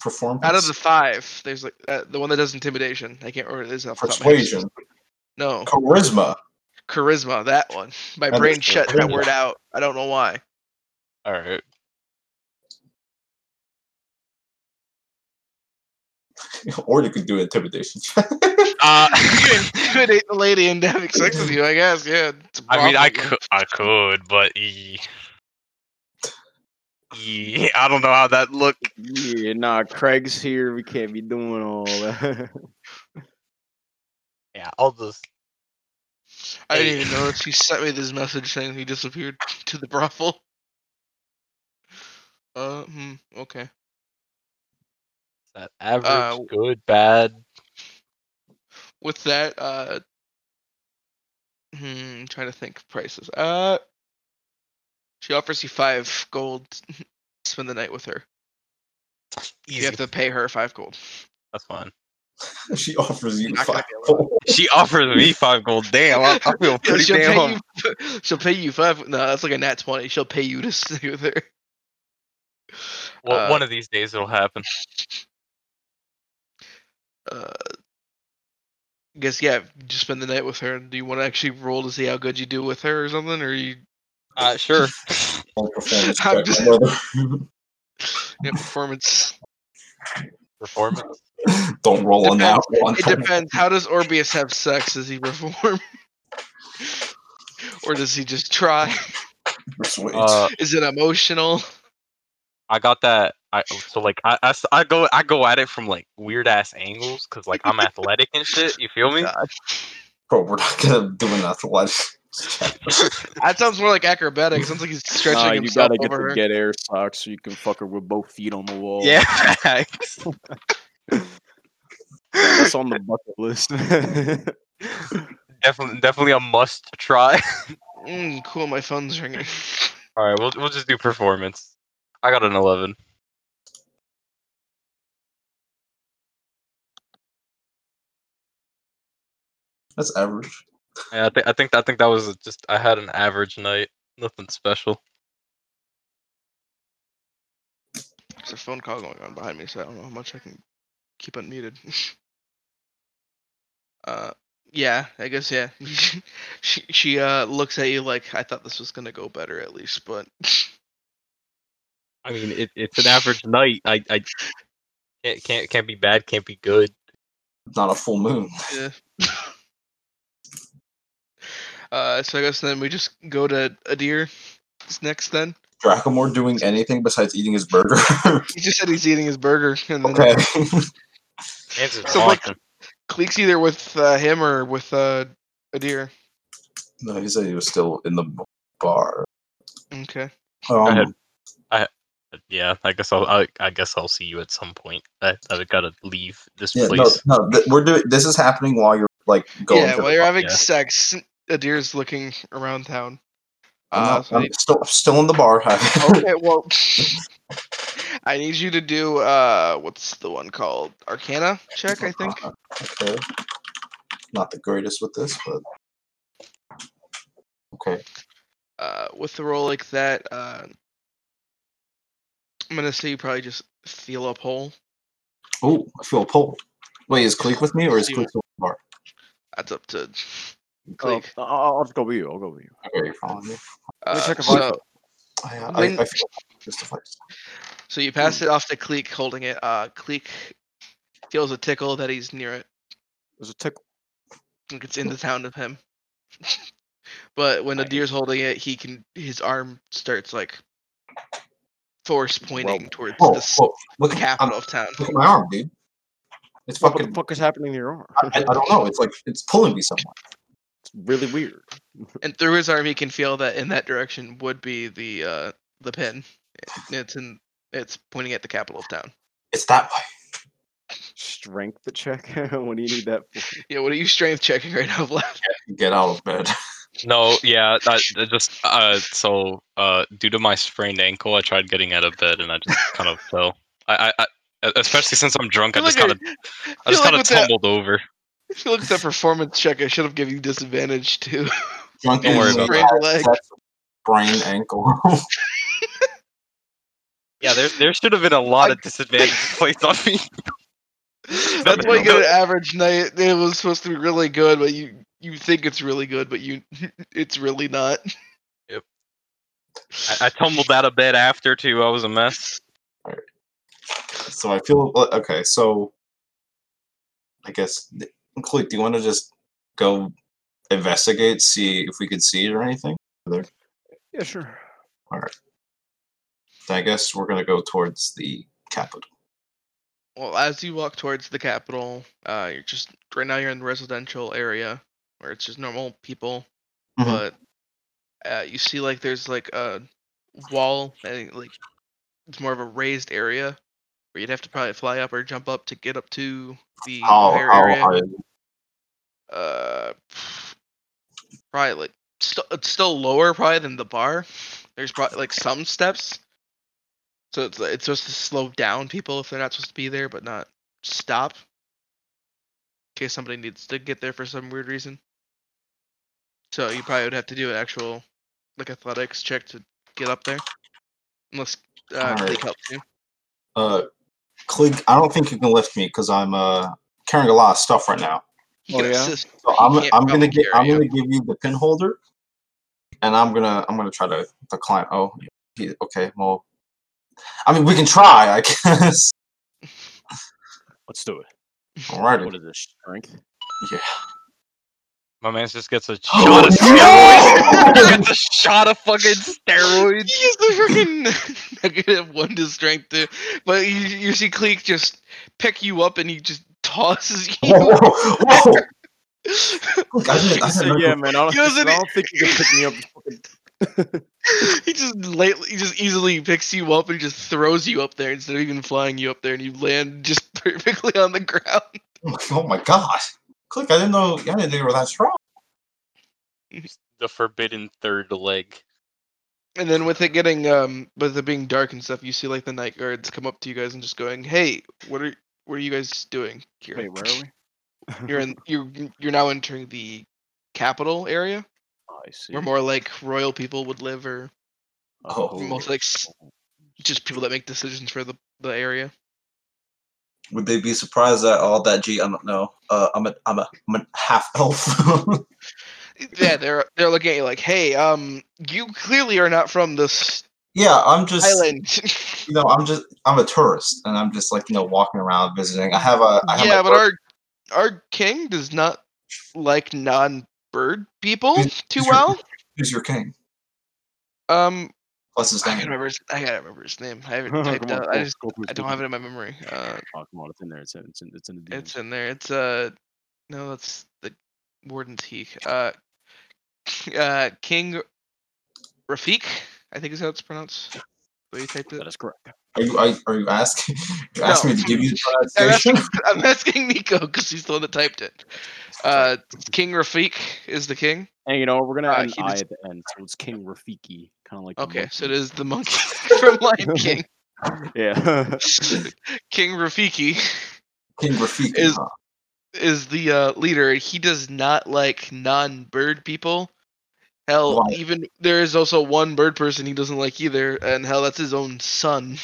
Speaker 3: Performance.
Speaker 4: out of the five, there's like uh, the one that does intimidation. I can't remember this off the top of my head.
Speaker 3: persuasion.
Speaker 4: No,
Speaker 3: Charisma.
Speaker 4: charisma. That one. My
Speaker 3: That
Speaker 4: brain
Speaker 3: is
Speaker 4: shut that
Speaker 3: charisma.
Speaker 4: word out. I don't know why.
Speaker 1: All right.
Speaker 3: Or you could do intimidation.
Speaker 1: Uh,
Speaker 4: You intimidate the lady into having sex with you. I guess. Yeah. it's a
Speaker 1: I mean, I
Speaker 4: brothel.
Speaker 1: could I could, but e- e- I don't know how that look.
Speaker 5: Yeah, nah, Craig's here. We can't be doing all that.
Speaker 1: Yeah, I'll just
Speaker 4: I didn't even notice he sent me this message saying he disappeared to the brothel. Uh, hmm, okay.
Speaker 1: that average,
Speaker 4: Uh,
Speaker 1: good, bad.
Speaker 4: With that, uh, hmm, trying to think of prices. Uh, she offers you five gold. to Spend the night with her. You
Speaker 1: Easy.
Speaker 4: have to pay her five gold.
Speaker 1: That's fine.
Speaker 3: she offers you
Speaker 4: Not gonna
Speaker 3: five.
Speaker 4: be allowed.
Speaker 1: She offers me five gold. Damn, Oh, I, I feel
Speaker 4: Yeah,
Speaker 1: pretty
Speaker 4: she'll,
Speaker 1: damn.
Speaker 4: pay you, she'll pay you five. No, that's like a nat twenty. She'll pay you to stay with her.
Speaker 1: Well,
Speaker 4: uh,
Speaker 1: one of these days it'll happen.
Speaker 4: uh, I guess yeah, just spend the night with her. Do you want to actually roll to see how good you do with her or something, or you
Speaker 1: Uh, sure.
Speaker 3: on Performance
Speaker 4: I'm
Speaker 3: check,
Speaker 4: just-
Speaker 3: my brother.
Speaker 4: yeah, performance?
Speaker 1: Performance.
Speaker 3: Don't roll on that one.
Speaker 4: It depends. How does Orbeus have sex? Does he perform, or does he just try?
Speaker 3: Persuade.
Speaker 1: Uh,
Speaker 4: Is it emotional?
Speaker 1: I got that. I so like I, I s- I go I go at it from like weird ass angles because like I'm athletic and shit. You feel me?
Speaker 4: God.
Speaker 3: Bro, we're not gonna do an athletic check.
Speaker 4: That sounds more like acrobatic. It sounds like he's stretching
Speaker 5: Nah, you
Speaker 4: himself
Speaker 5: gotta get
Speaker 4: over
Speaker 5: the
Speaker 4: her.
Speaker 5: get air socks so you can fuck her with both feet on the wall.
Speaker 1: Yeah.
Speaker 5: It's on the bucket list. Oh,
Speaker 1: Definitely, definitely a must to try.
Speaker 4: Mm, cool, my phone's ringing.
Speaker 1: All right, we'll we'll just do performance. I got an eleven.
Speaker 3: That's average.
Speaker 1: Yeah, I think I think I think that was just I had an average night. Nothing special.
Speaker 4: There's a phone call going on behind me, so I don't know how much I can keep unmuted. uh, yeah, I guess yeah. she she uh looks at you like I thought this was gonna go better at least, but
Speaker 1: I mean, it, it's an average night. I I can't, can't can't be bad. Can't be good.
Speaker 3: Not a full moon.
Speaker 4: yeah. uh, so I guess then we just go to Adir next. Then
Speaker 3: Dracomore doing anything besides eating his burger.
Speaker 4: he just said he's eating his burger, and then
Speaker 3: okay.
Speaker 1: Hands is
Speaker 4: So, like-
Speaker 1: awesome.
Speaker 4: Cleek's either with uh, him or with uh Adir.
Speaker 3: no, he said he was still in the bar.
Speaker 4: Okay.
Speaker 3: Um,
Speaker 1: ahead. yeah, I guess I'll I, I guess I'll see you at some point. I I gotta leave this
Speaker 3: Yeah,
Speaker 1: place.
Speaker 3: no, no, th- we're doing. This is happening while you're like going.
Speaker 4: yeah,
Speaker 3: to
Speaker 4: while
Speaker 3: the
Speaker 4: you're
Speaker 3: bar.
Speaker 4: having
Speaker 1: yeah.
Speaker 4: sex, Adir's looking around town.
Speaker 3: I'm,
Speaker 4: Uh,
Speaker 3: not-
Speaker 4: so
Speaker 3: I'm still still in the bar.
Speaker 4: okay, well, I need you to do uh, what's the one called Arcana check? I think.
Speaker 3: Okay. Not the greatest with this, but okay.
Speaker 4: Uh, with the roll like that, uh, I'm gonna say you probably just feel a pull.
Speaker 3: Oh, I feel a pull. Wait, is Cleek with me or is
Speaker 4: You-
Speaker 3: Cleek with the bar?
Speaker 4: That's up to
Speaker 5: Oh,
Speaker 4: Cleek.
Speaker 5: I- I'll, I'll just go with you. I'll go with you.
Speaker 3: Okay, you're following me.
Speaker 5: me
Speaker 4: Uh,
Speaker 5: check if I-
Speaker 4: so,
Speaker 3: I, I,
Speaker 4: When-
Speaker 3: I feel justified.
Speaker 4: so you pass it off to Cleek, holding it. Uh, Cleek feels a tickle that he's near it.
Speaker 5: There's a tickle.
Speaker 4: Like it's in the sound of him. but when the deer's holding it, he can his arm starts like force pointing towards
Speaker 3: Whoa,
Speaker 4: the s-
Speaker 3: whoa! Look at, I'm,
Speaker 4: capital of town.
Speaker 3: look at my arm, dude. It's
Speaker 5: What the
Speaker 3: fucking.
Speaker 5: fuck is happening to your arm?
Speaker 3: I, I don't know. It's like it's pulling me somewhere.
Speaker 5: It's really weird.
Speaker 4: And through his arm, he can feel that in that direction would be the uh the pin. It's in it's pointing at the capital of town.
Speaker 3: It's that way.
Speaker 5: Strength to check. when do you need that? for?
Speaker 4: Yeah, what are you strength checking right now, Vlad?
Speaker 3: Get out of bed.
Speaker 1: No, yeah, I, I just uh, so uh, due to my sprained ankle, I tried getting out of bed and I just kind of fell. I, I, I especially since I'm drunk, I
Speaker 4: feel
Speaker 1: just
Speaker 4: like
Speaker 1: kind of
Speaker 4: I-
Speaker 1: I
Speaker 4: feel
Speaker 1: just
Speaker 4: like
Speaker 1: kind of
Speaker 4: with that-
Speaker 1: tumbled over.
Speaker 4: I feel like that performance check, I should have given you disadvantage too.
Speaker 3: Drunken
Speaker 1: Don't worry about
Speaker 4: Sprained leg.
Speaker 3: brain ankle.
Speaker 1: Yeah, there there should have been a lot of disadvantages placed on me.
Speaker 4: That's why you get an average night. It was supposed to be really good, but you you think it's really good, but you it's really not.
Speaker 1: I, I tumbled out of bed after too. I was a mess.
Speaker 3: so I feel uh, okay. So I guess, Cleek, do you want to just go investigate, see if we could see it or anything?
Speaker 5: Yeah, sure.
Speaker 3: I guess we're gonna go towards the capital.
Speaker 4: Well, as you walk towards the capital, uh, you're just right now you're in the residential area where it's just normal people,
Speaker 3: Mhm.
Speaker 4: but uh, you see like there's like a wall and like it's more of a raised area where you'd have to probably fly up or jump up to get up to the
Speaker 3: How,
Speaker 4: higher
Speaker 3: how
Speaker 4: area.
Speaker 3: high-
Speaker 4: uh probably like st- it's still lower probably than the bar there's probably like some steps so it's like, it's supposed to slow down people if they're not supposed to be there but not stop in case somebody needs to get there for some weird reason so you probably would have to do an actual like athletics check to get up there unless uh
Speaker 3: Alright.
Speaker 4: Cleek helps you
Speaker 3: uh, Cleek, I don't think you can lift me because I'm uh carrying a lot of stuff right now.
Speaker 4: He
Speaker 5: Oh,
Speaker 4: can
Speaker 5: yeah?
Speaker 4: assist.
Speaker 3: So
Speaker 4: He
Speaker 3: I'm
Speaker 4: can't
Speaker 3: I'm gonna
Speaker 4: probably
Speaker 3: get
Speaker 4: carry
Speaker 3: I'm
Speaker 4: you.
Speaker 3: gonna give you the pin holder, and I'm gonna I'm gonna try to to climb. Oh, he, okay. Well, I mean we can try. I guess.
Speaker 5: Let's do it.
Speaker 3: Alrighty.
Speaker 5: What is this? Strength.
Speaker 3: Yeah.
Speaker 1: My man just gets a
Speaker 3: Oh,
Speaker 1: shot of
Speaker 5: Oh,
Speaker 1: steroids. gets a shot of fucking steroids.
Speaker 4: He is the freaking negative one to strength, dude. But you, you see Cleek just pick you up and he just tosses you.
Speaker 3: Whoa, whoa, whoa. Look, I didn't- I
Speaker 5: So,
Speaker 3: didn't
Speaker 5: yeah, man. I don't,
Speaker 4: He doesn't-
Speaker 5: I don't think you can pick me up.
Speaker 4: he just lightly, he just easily picks you up and just throws you up there instead of even flying you up there, and you land just perfectly on the ground.
Speaker 3: Oh my god! Click. I didn't know. I didn't think you were that strong.
Speaker 1: The forbidden third leg.
Speaker 4: And then with it getting um with it being dark and stuff, you see like the night guards come up to you guys and just going, "Hey, what are what are you guys doing here?
Speaker 5: Wait, where are we?
Speaker 4: You're in you're you're now entering the capital area
Speaker 5: Oh, I see.
Speaker 4: where more like royal people would live or
Speaker 3: Oh.
Speaker 4: most like s- just people that make decisions for the the area.
Speaker 3: Would they be surprised at all that? Gee, I don't know. Uh, I'm a I'm a I'm a half elf.
Speaker 4: Yeah, they're they're looking at you like, "Hey, um, you clearly are not from this
Speaker 3: yeah, I'm just
Speaker 4: island."
Speaker 3: you know I'm just I'm a tourist and I'm just like you know walking around visiting. I have a I have
Speaker 4: yeah,
Speaker 3: a
Speaker 4: but our our king does not like non-bird people
Speaker 3: Who's-
Speaker 4: too
Speaker 3: who's your-
Speaker 4: well.
Speaker 3: who's your king?
Speaker 4: Um,
Speaker 3: What's his
Speaker 4: I can't
Speaker 3: name?
Speaker 4: remember. His, I gotta remember his name. I haven't
Speaker 5: Come
Speaker 4: typed
Speaker 5: on,
Speaker 4: out.
Speaker 5: go-
Speaker 4: I just
Speaker 5: go through
Speaker 4: I don't have it in my memory. Uh,
Speaker 5: Oh, come on, it's in there. It's in. It's in. It's in the. DMs.
Speaker 4: it's in there. It's uh, no, that's the warden's heek. Uh, uh, King Rafik. I think is how it's pronounced. The way you typed
Speaker 5: That
Speaker 4: it.
Speaker 5: is correct.
Speaker 3: Are you are, you- are you asking you asking me to give you the
Speaker 4: I'm
Speaker 3: pronunciation?
Speaker 4: asking, I'm asking Nico because he's the one that typed it. Uh, King Rafik is the king.
Speaker 5: And you know we're gonna
Speaker 4: Uh,
Speaker 5: end
Speaker 4: he
Speaker 5: I
Speaker 4: just-
Speaker 5: at the end, so it's King Rafiki, kind of like. the
Speaker 4: Okay, so it
Speaker 5: monkey.
Speaker 4: is the monkey from Lion King.
Speaker 5: Yeah.
Speaker 4: King Rafiki
Speaker 3: King Rafiki.
Speaker 4: Is-
Speaker 3: huh?
Speaker 4: is the uh, leader. He does not like non-bird people. Hell,
Speaker 3: Why?
Speaker 4: even there is also one bird person he doesn't like either, and hell, that's his own son.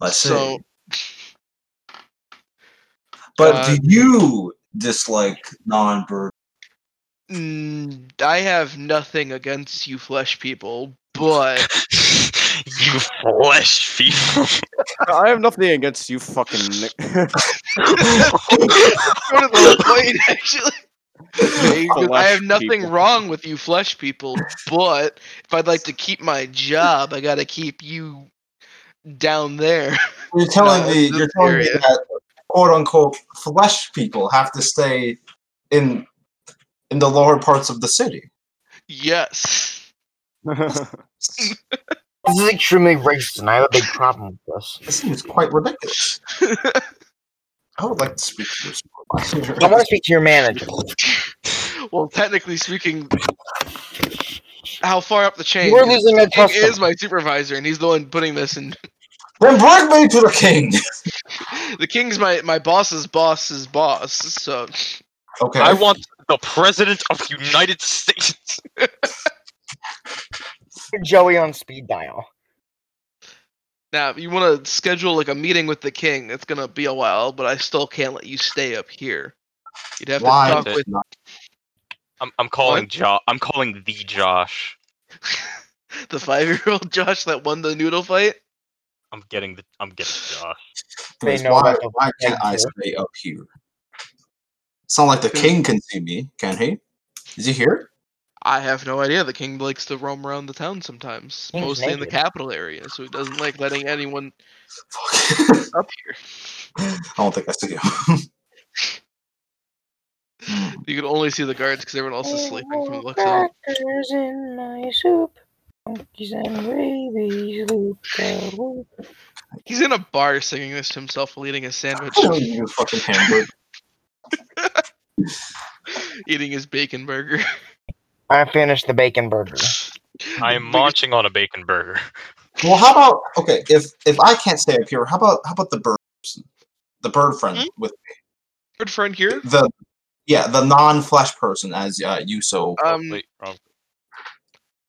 Speaker 3: Let's
Speaker 4: so-
Speaker 3: see. But
Speaker 4: Uh,
Speaker 3: do you dislike non-bird?
Speaker 4: Mm, I have nothing against you, flesh people, but
Speaker 1: you flesh people.
Speaker 5: I have nothing against you, fucking. Nick.
Speaker 4: Sort of the whole point, actually. I
Speaker 5: Flesh
Speaker 4: have nothing
Speaker 5: people.
Speaker 4: wrong with you, flesh people, but if I'd like to keep my job, I gotta keep you down there.
Speaker 3: You're telling me
Speaker 4: it's
Speaker 3: you're
Speaker 4: just
Speaker 3: telling me
Speaker 4: serious.
Speaker 3: that quote unquote flesh people have to stay in in the lower parts of the city.
Speaker 4: Yes.
Speaker 2: This is extremely racist, and I have a big problem with this.
Speaker 3: This seems quite ridiculous. I would like to speak to your supervisor.
Speaker 2: I want to speak to your manager.
Speaker 4: well, technically speaking, how far up the chain?
Speaker 2: You are losing a
Speaker 4: King
Speaker 2: customer.
Speaker 4: is my supervisor, and he's the one putting this in.
Speaker 3: Then bring me to the king.
Speaker 4: The king's my my boss's boss's boss. So
Speaker 3: Okay.
Speaker 1: I want the president of the United States.
Speaker 2: Joey on speed dial.
Speaker 4: now, if you want to schedule like a meeting with the king, it's gonna be a while, but I still can't let you stay up here. You'd have to
Speaker 3: Why?
Speaker 4: talk
Speaker 1: Okay.
Speaker 4: with.
Speaker 1: I'm, I'm calling
Speaker 4: What?
Speaker 1: Josh. I'm calling the Josh.
Speaker 4: the five year old Josh that won the noodle fight.
Speaker 1: I'm getting the. I'm getting Josh.
Speaker 2: They know
Speaker 3: why,
Speaker 2: about the
Speaker 3: why can't I
Speaker 2: king,
Speaker 3: stay up here? It's not like the
Speaker 4: Who-
Speaker 3: king can see me, can he? Is he here?
Speaker 4: I have no idea. The king likes to roam around the town sometimes,
Speaker 2: King's
Speaker 4: mostly in the
Speaker 2: naked.
Speaker 4: capital area, so he doesn't like letting anyone
Speaker 3: Fuck.
Speaker 4: up here.
Speaker 3: I don't think I see him. Hmm.
Speaker 4: You can only see the guards because everyone else
Speaker 2: Oh,
Speaker 4: is sleeping from the looks of it.
Speaker 6: Crackers in my soup. Monkeys and rabies loop the loop.
Speaker 4: He's in a bar singing this to himself while eating his sandwich,
Speaker 3: I don't even fucking hamburger.
Speaker 4: eating his bacon burger.
Speaker 2: I finished the bacon burger.
Speaker 1: I am munching on a bacon burger.
Speaker 3: Well, how about okay? If if I can't stay up here, how about how about the bird person, the bird friend
Speaker 4: Hmm?
Speaker 3: with
Speaker 4: Good friend here.
Speaker 3: the yeah the non-flesh person as uh, you so
Speaker 4: Um,
Speaker 1: Wait, wrong.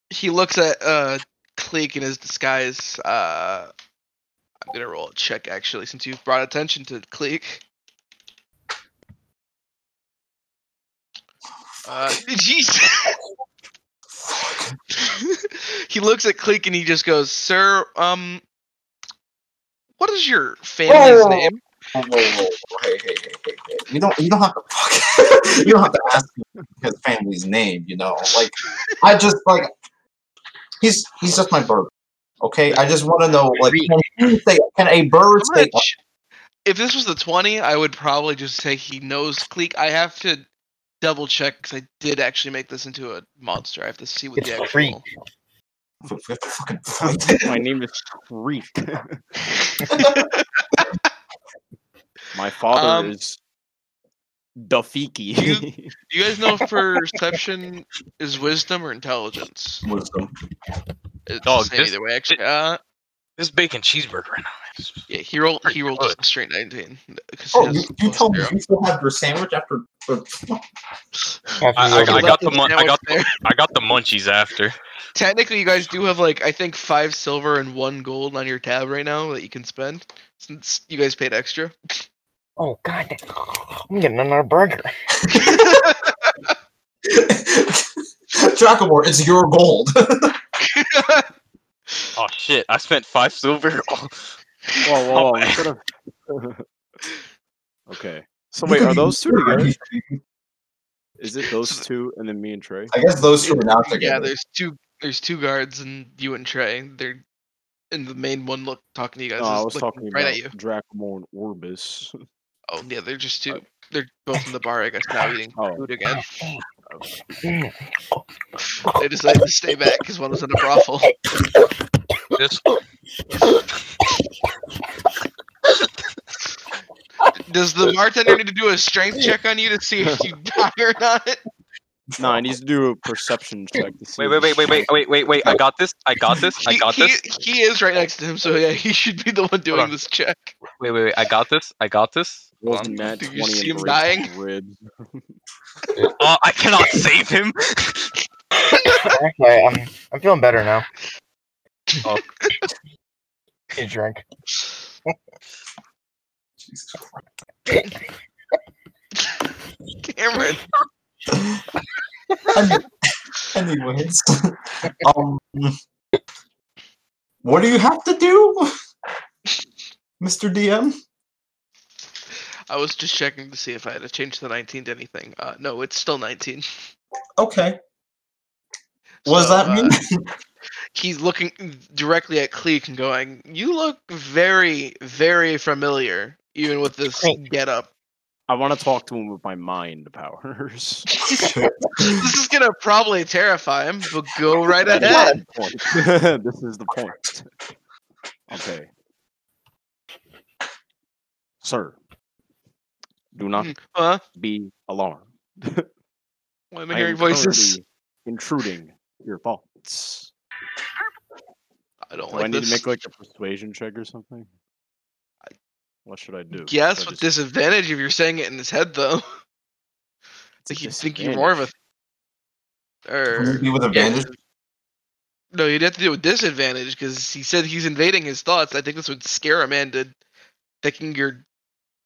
Speaker 4: he looks at uh Cleek in his disguise. Uh, I'm gonna roll a check actually, since you've brought attention to Cleek. Uh, jeez. he looks at Cleek and he just goes, "Sir, um, what is your family's
Speaker 3: Whoa.
Speaker 4: name?"
Speaker 3: Whoa, whoa, whoa, whoa, Hey, hey, hey, hey, hey. you don't you don't have to fuck, you don't have to ask him his family's name. You know, like I just like he's he's just my bird. Okay, I just want to know like can, he stay, can a bird
Speaker 4: I'm
Speaker 3: stay
Speaker 4: gonna ch- if this was the 20, I would probably just say he knows Cleek. I have to double check because I did actually make this into a monster. I have to see what
Speaker 2: It's
Speaker 4: the
Speaker 2: Creek.
Speaker 4: actual.
Speaker 3: up? We have to fucking fight.
Speaker 5: My name is Creek. My father
Speaker 4: Um,
Speaker 5: is Dafiki.
Speaker 4: you- Do you guys know if perception is wisdom or intelligence?
Speaker 3: Wisdom.
Speaker 4: It's
Speaker 1: Dog,
Speaker 4: the same
Speaker 1: this-
Speaker 4: either way. Actually, uh,
Speaker 1: This bacon cheeseburger right now.
Speaker 4: yeah, he rolled. He rolled
Speaker 1: good.
Speaker 4: just a straight nineteen. uh, 'cause he
Speaker 3: Oh,
Speaker 4: has
Speaker 3: you, you
Speaker 4: plus
Speaker 3: told me
Speaker 4: zero.
Speaker 3: you still have your sandwich after. or-
Speaker 2: After
Speaker 1: I-
Speaker 2: you
Speaker 1: I
Speaker 2: order
Speaker 1: got-
Speaker 2: it.
Speaker 1: the mun- I got the-
Speaker 4: there.
Speaker 1: I got the munchies after.
Speaker 4: Technically, you guys do have like I think five silver and one gold on your tab right now that you can spend since you guys paid extra.
Speaker 6: Oh god. damn.
Speaker 2: I'm getting another burger.
Speaker 3: Drakamore, it's your gold.
Speaker 1: Oh shit! I spent five silver. Oh,
Speaker 5: Whoa, whoa, whoa.
Speaker 1: Oh,
Speaker 5: instead of- okay. So
Speaker 3: You
Speaker 5: wait,
Speaker 3: could
Speaker 5: are
Speaker 3: be
Speaker 5: those two
Speaker 3: sure of
Speaker 5: together?
Speaker 3: anything.
Speaker 5: Is it those two and then me and Trey?
Speaker 3: I guess those two are not
Speaker 4: yeah,
Speaker 3: together.
Speaker 4: there's two. There's two guards and you and Trey. They're and the main one look talking to you guys.
Speaker 5: No, I
Speaker 4: is
Speaker 5: was
Speaker 4: looking
Speaker 5: talking
Speaker 4: right
Speaker 5: about
Speaker 4: at you.
Speaker 5: Dracomor and Orbis.
Speaker 4: Oh yeah, they're just two. They're both in the bar, I guess, now eating
Speaker 5: Oh.
Speaker 4: food again.
Speaker 2: Mm.
Speaker 4: They decided to stay back because one was in a brothel.
Speaker 1: this
Speaker 4: Does the bartender need to do a strength check on you to see if you die or not?
Speaker 5: No, I need to do a perception check to see.
Speaker 1: Wait, wait, wait, wait, wait, wait, wait, wait! I got this! I got this! I
Speaker 4: He-
Speaker 1: got
Speaker 4: he,
Speaker 1: this!
Speaker 4: He is right next to him, so yeah, he should be the one doing
Speaker 1: on.
Speaker 4: this check.
Speaker 1: Wait, wait, wait! I got this! I got this!
Speaker 5: Rolls a
Speaker 4: Um,
Speaker 5: nat
Speaker 4: do you
Speaker 5: 20 and
Speaker 4: see him
Speaker 5: breaks
Speaker 4: dying?
Speaker 5: his ribs.
Speaker 1: Oh, I cannot save him!
Speaker 2: Actually, I'm, I'm feeling better now.
Speaker 1: Oh.
Speaker 2: Need a drink.
Speaker 3: Jesus
Speaker 4: Cameron,
Speaker 3: Any- Anyways, um, what do you have to do, Mister DM?
Speaker 4: I was just checking to see if I had to change the 19 to anything. Uh, no, it's still 19.
Speaker 3: Okay, what does
Speaker 4: So,
Speaker 3: that mean?
Speaker 4: uh, he's looking directly at Cleek and going, "You look very, very familiar, even with this
Speaker 2: Cleek.
Speaker 4: getup."
Speaker 5: I want to talk to him with my mind powers.
Speaker 3: Shit.
Speaker 4: This is gonna probably terrify him, but go right
Speaker 5: That is
Speaker 4: ahead.
Speaker 5: the point. this is the point. Okay. Sir, do not
Speaker 4: Huh?
Speaker 5: be alarmed.
Speaker 4: Why am
Speaker 5: I
Speaker 4: I
Speaker 5: am
Speaker 4: hearing voices?
Speaker 5: currently intruding your thoughts.
Speaker 4: I don't
Speaker 5: Do
Speaker 4: like
Speaker 5: I need
Speaker 4: this.
Speaker 5: to make like a persuasion check or something? What should I do?
Speaker 4: Yes,
Speaker 5: Should I
Speaker 4: with
Speaker 5: just-
Speaker 4: disadvantage if you're saying it in his head, though.
Speaker 5: it's a
Speaker 4: like you'd think you're more of a. Or
Speaker 3: Maybe with
Speaker 4: yeah,
Speaker 3: advantage.
Speaker 4: no, you'd have to do it with disadvantage because he said he's invading his thoughts. I think this would scare a man to thinking you're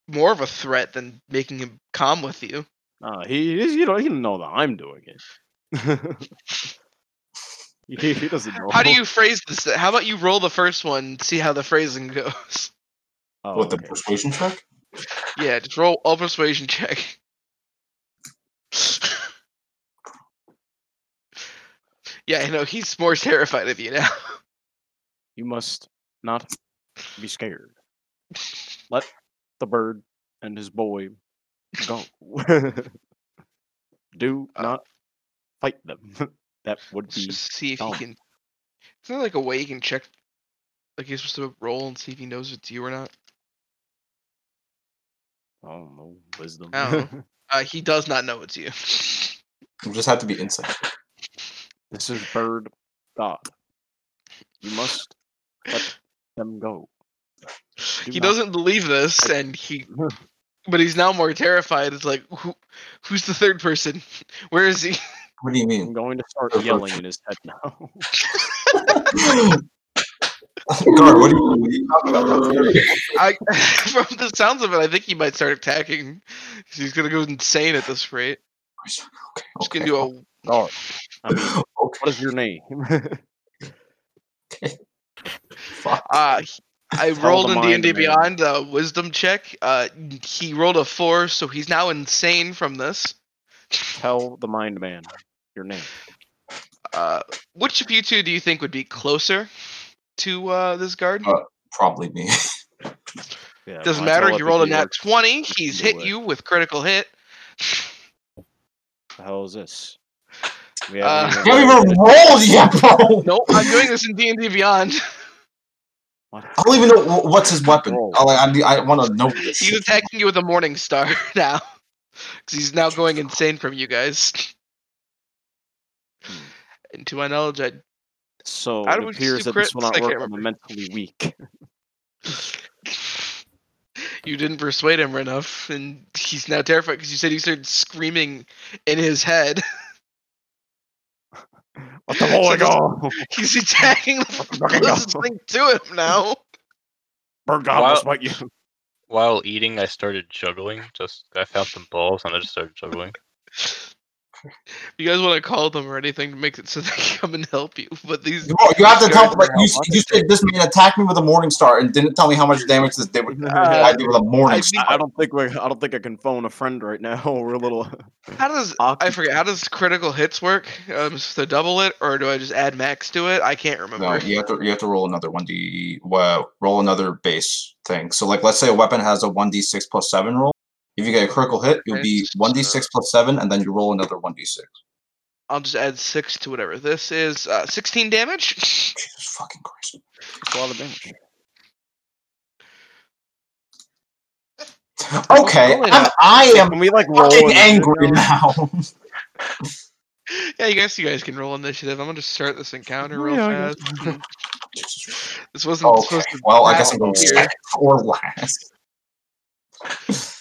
Speaker 4: more of a threat than making him calm with you.
Speaker 5: disadvantage. Uh, he is. You know, he doesn't know that I'm doing it. he, he doesn't know.
Speaker 4: How do you phrase this? How about you roll the first one, see how the phrasing goes?
Speaker 5: Oh,
Speaker 3: What the
Speaker 5: okay.
Speaker 3: persuasion check?
Speaker 4: Yeah, just roll a persuasion check. yeah, I know he's more terrified of you now.
Speaker 5: You must not be scared. Let the bird and his boy go. Do
Speaker 4: Uh,
Speaker 5: not fight them. that would
Speaker 4: Let's
Speaker 5: be
Speaker 4: just see if he
Speaker 5: dumb.
Speaker 4: can. Is there like a way you can check? Like you're supposed to roll and see if he knows it's you or not.
Speaker 5: I don't know wisdom.
Speaker 4: Oh. Uh, he does not know it's you.
Speaker 3: You just have to be insight.
Speaker 5: this is bird God. You must let them go. Do
Speaker 4: he
Speaker 5: not-
Speaker 4: doesn't believe this, and he. But he's now more terrified. It's like, who, who's the third person? Where is he?
Speaker 3: What do you
Speaker 5: I'm
Speaker 3: mean?
Speaker 5: going to start
Speaker 3: Perfect.
Speaker 5: yelling in his head now.
Speaker 3: Guard, what do you, what do you talking about?
Speaker 4: I, from the sounds of it, I think he might start attacking. 'cause He's gonna go insane at this rate. He's
Speaker 3: Okay,
Speaker 4: gonna do a
Speaker 5: Guard. I mean,
Speaker 3: okay,
Speaker 5: what is your name?
Speaker 3: fuck.
Speaker 4: Uh, he- I
Speaker 5: Tell
Speaker 4: rolled
Speaker 5: the
Speaker 4: in D and D
Speaker 5: mind man.
Speaker 4: Beyond a wisdom check. Uh, n- he rolled a four, so he's now insane from this.
Speaker 5: Tell the mind man your name.
Speaker 4: Uh, which of you two do you think would be closer to uh, this guard?
Speaker 3: Uh, Probably me.
Speaker 5: Yeah,
Speaker 4: Doesn't
Speaker 5: when I
Speaker 4: matter.
Speaker 5: tell
Speaker 4: He rolled a nat
Speaker 5: everybody
Speaker 4: twenty.
Speaker 5: Just
Speaker 4: He's
Speaker 5: do
Speaker 4: hit
Speaker 5: it.
Speaker 4: you with critical hit.
Speaker 5: what The hell is this? We
Speaker 4: Uh,
Speaker 5: haven't
Speaker 3: You haven't even rolled yet, bro.
Speaker 4: Nope, I'm doing this in D and D Beyond.
Speaker 5: What?
Speaker 3: I don't even know wh- what's his weapon.
Speaker 5: Roll.
Speaker 3: I, like, I, need- I want to know this.
Speaker 4: He's attacking you with a morning star now. Because he's now going insane from you guys. and to my knowledge, I
Speaker 5: So
Speaker 4: How
Speaker 5: it
Speaker 4: do we just do
Speaker 5: appears that this
Speaker 4: crits?
Speaker 5: will
Speaker 4: I
Speaker 5: not
Speaker 4: can't
Speaker 5: work on the mentally weak.
Speaker 4: you didn't persuade him enough, and he's now terrified because you said he started screaming in his head.
Speaker 5: What the
Speaker 4: So
Speaker 5: holy
Speaker 4: this-
Speaker 3: oh,
Speaker 5: go?
Speaker 4: He's attacking the
Speaker 5: Fucking
Speaker 4: closest
Speaker 5: hell.
Speaker 4: thing to him now.
Speaker 5: Bird God
Speaker 1: Wow.
Speaker 5: will smite you.
Speaker 1: While eating, I started juggling. Just I found some balls and I just started juggling.
Speaker 4: You guys want to call them or anything to make it so they come and help you, but these
Speaker 3: You, you have to
Speaker 4: Sure,
Speaker 3: tell like,
Speaker 5: how
Speaker 3: you, s-
Speaker 5: much
Speaker 3: you said this man attacked me with a morning star and didn't tell me how much damage this did with, I did with a morning
Speaker 4: I
Speaker 3: star.
Speaker 4: think-
Speaker 5: I I don't think we. I don't think I can phone a friend right now. We're a little.
Speaker 4: how does I
Speaker 5: awkward.
Speaker 4: forget how does critical hits work? Um, is to double it or do I just add max to it? I can't
Speaker 3: No,
Speaker 4: remember.
Speaker 3: you have to you have to roll another one d well, roll another base thing. So like let's say a weapon has a one d six plus seven roll. If you get a critical hit, you'll be
Speaker 4: Okay,
Speaker 3: one d six plus seven, and then you roll another one d six.
Speaker 4: I'll just add six to whatever this is. Uh, Sixteen damage.
Speaker 3: Jesus fucking Christ!
Speaker 5: It's a lot of damage.
Speaker 3: Okay,
Speaker 5: Roll it
Speaker 3: I'm,
Speaker 5: up.
Speaker 3: I
Speaker 5: Hey,
Speaker 3: am
Speaker 5: can we like roll
Speaker 3: fucking
Speaker 5: and-
Speaker 3: angry now.
Speaker 4: yeah, you guys, you guys can roll initiative. I'm gonna just start this encounter real
Speaker 5: Yeah, I
Speaker 4: fast.
Speaker 5: guess-
Speaker 4: This wasn't
Speaker 3: okay,
Speaker 4: supposed to.
Speaker 3: well I guess I'm
Speaker 4: happen
Speaker 3: going
Speaker 4: here.
Speaker 3: second or last.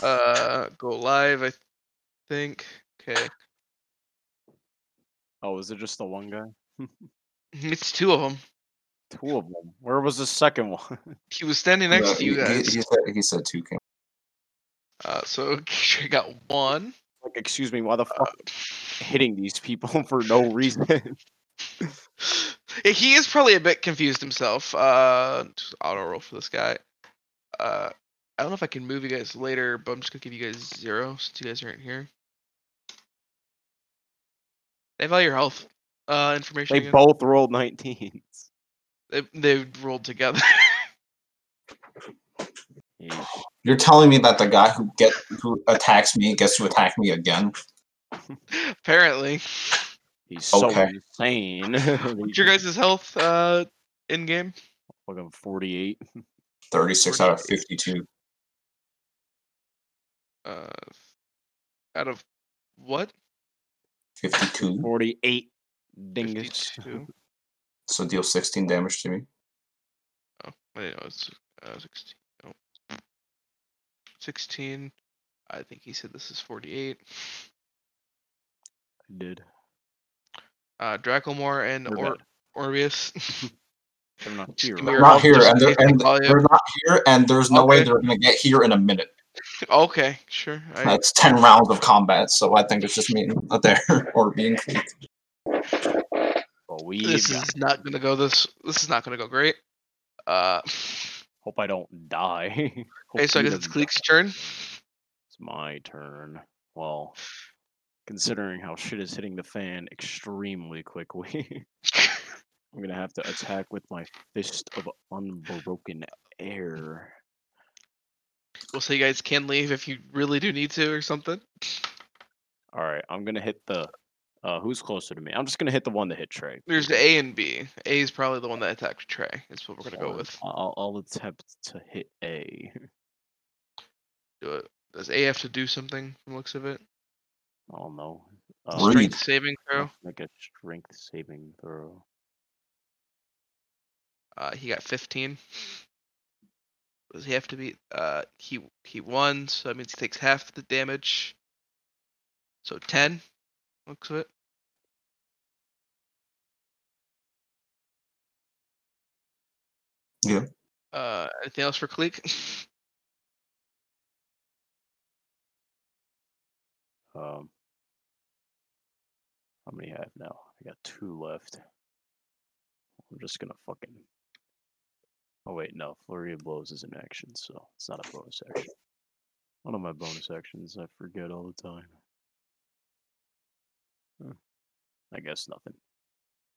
Speaker 4: Uh, go live. I think. Okay,
Speaker 5: Oh, is it just the one guy?
Speaker 4: it's two of them.
Speaker 5: Two of them. Where was the second one?
Speaker 4: He was standing next
Speaker 3: Yeah,
Speaker 4: to you
Speaker 3: he-
Speaker 4: guys.
Speaker 3: He, he said he said two. Came.
Speaker 4: Uh, so I got one.
Speaker 5: Like, excuse me, why the fuck
Speaker 4: Uh,
Speaker 5: hitting these people for no reason?
Speaker 4: Yeah, he is probably a bit confused himself. Uh, just auto roll for this guy. Uh, I don't know if I can move you guys later, but I'm just gonna give you guys zero since you guys aren't here. They have all your health uh information.
Speaker 5: they
Speaker 4: again.
Speaker 5: both rolled 19s.
Speaker 4: they they rolled together.
Speaker 5: Yeesh.
Speaker 3: You're telling me that the guy who get who attacks me gets to attack me again?
Speaker 4: Apparently,
Speaker 5: He's so
Speaker 3: Okay.
Speaker 5: insane.
Speaker 4: what's your guys' health uh in game?
Speaker 5: Fucking 48.
Speaker 3: Thirty six out of fifty two.
Speaker 4: Uh, out of what?
Speaker 3: 52.
Speaker 5: 48. Dingus.
Speaker 4: 52?
Speaker 3: So deal 16 damage to me.
Speaker 4: Oh, I didn't know it's uh, 16. Oh. 16. I think he said this is 48.
Speaker 5: I Did.
Speaker 4: Uh, Dracomore and
Speaker 5: They're
Speaker 4: or-
Speaker 5: dead.
Speaker 4: Orbeus.
Speaker 5: They're not
Speaker 4: Just
Speaker 5: here.
Speaker 4: give me
Speaker 5: right?
Speaker 4: your
Speaker 3: Not
Speaker 4: health
Speaker 3: here,
Speaker 4: just
Speaker 3: and
Speaker 4: in
Speaker 3: they're-
Speaker 4: case they
Speaker 3: and
Speaker 4: call you.
Speaker 3: They're not here, and there's no way
Speaker 4: Okay.
Speaker 3: they're going to get here in a minute.
Speaker 4: Okay, sure. I,
Speaker 3: That's 10 rounds of combat, so I think it's just me and- out there or being.
Speaker 5: But we
Speaker 4: this
Speaker 5: got-
Speaker 4: is not gonna go this. This is not gonna go great. Uh,
Speaker 5: hope I don't die. Hope
Speaker 4: okay, so I
Speaker 5: he
Speaker 4: guess it's
Speaker 5: doesn't
Speaker 4: Cleek's
Speaker 5: die.
Speaker 4: turn.
Speaker 5: It's my turn. Well, considering how shit is hitting the fan extremely quickly, I'm gonna have to attack with my fist of unbroken air.
Speaker 4: We'll say you guys can leave if you really do need to or something.
Speaker 5: All right, I'm gonna hit the. Uh, who's closer to me? I'm just gonna hit the one that hit Trey.
Speaker 4: There's A and B. A is probably the one that attacked Trey. That's what we're gonna go
Speaker 5: Or
Speaker 4: with.
Speaker 5: I'll, I'll attempt to hit A.
Speaker 4: Do it. Does A have to do something from the looks of it?
Speaker 5: I don't know. Uh,
Speaker 3: Breathe.
Speaker 4: Strength saving throw.
Speaker 5: Like a strength saving throw.
Speaker 4: Uh, he got 15. Does he have to be? Uh, he he won, so that means he takes half the damage. So 10. Looks of it.
Speaker 3: Yeah.
Speaker 4: Uh, anything else for Cleek?
Speaker 5: Um, how many I have now? I got two left. I'm just gonna fucking. Oh wait, no. Flurry of blows is an action, so it's not a bonus action. One of my bonus actions, I forget all the time. Huh. Hmm. I guess nothing.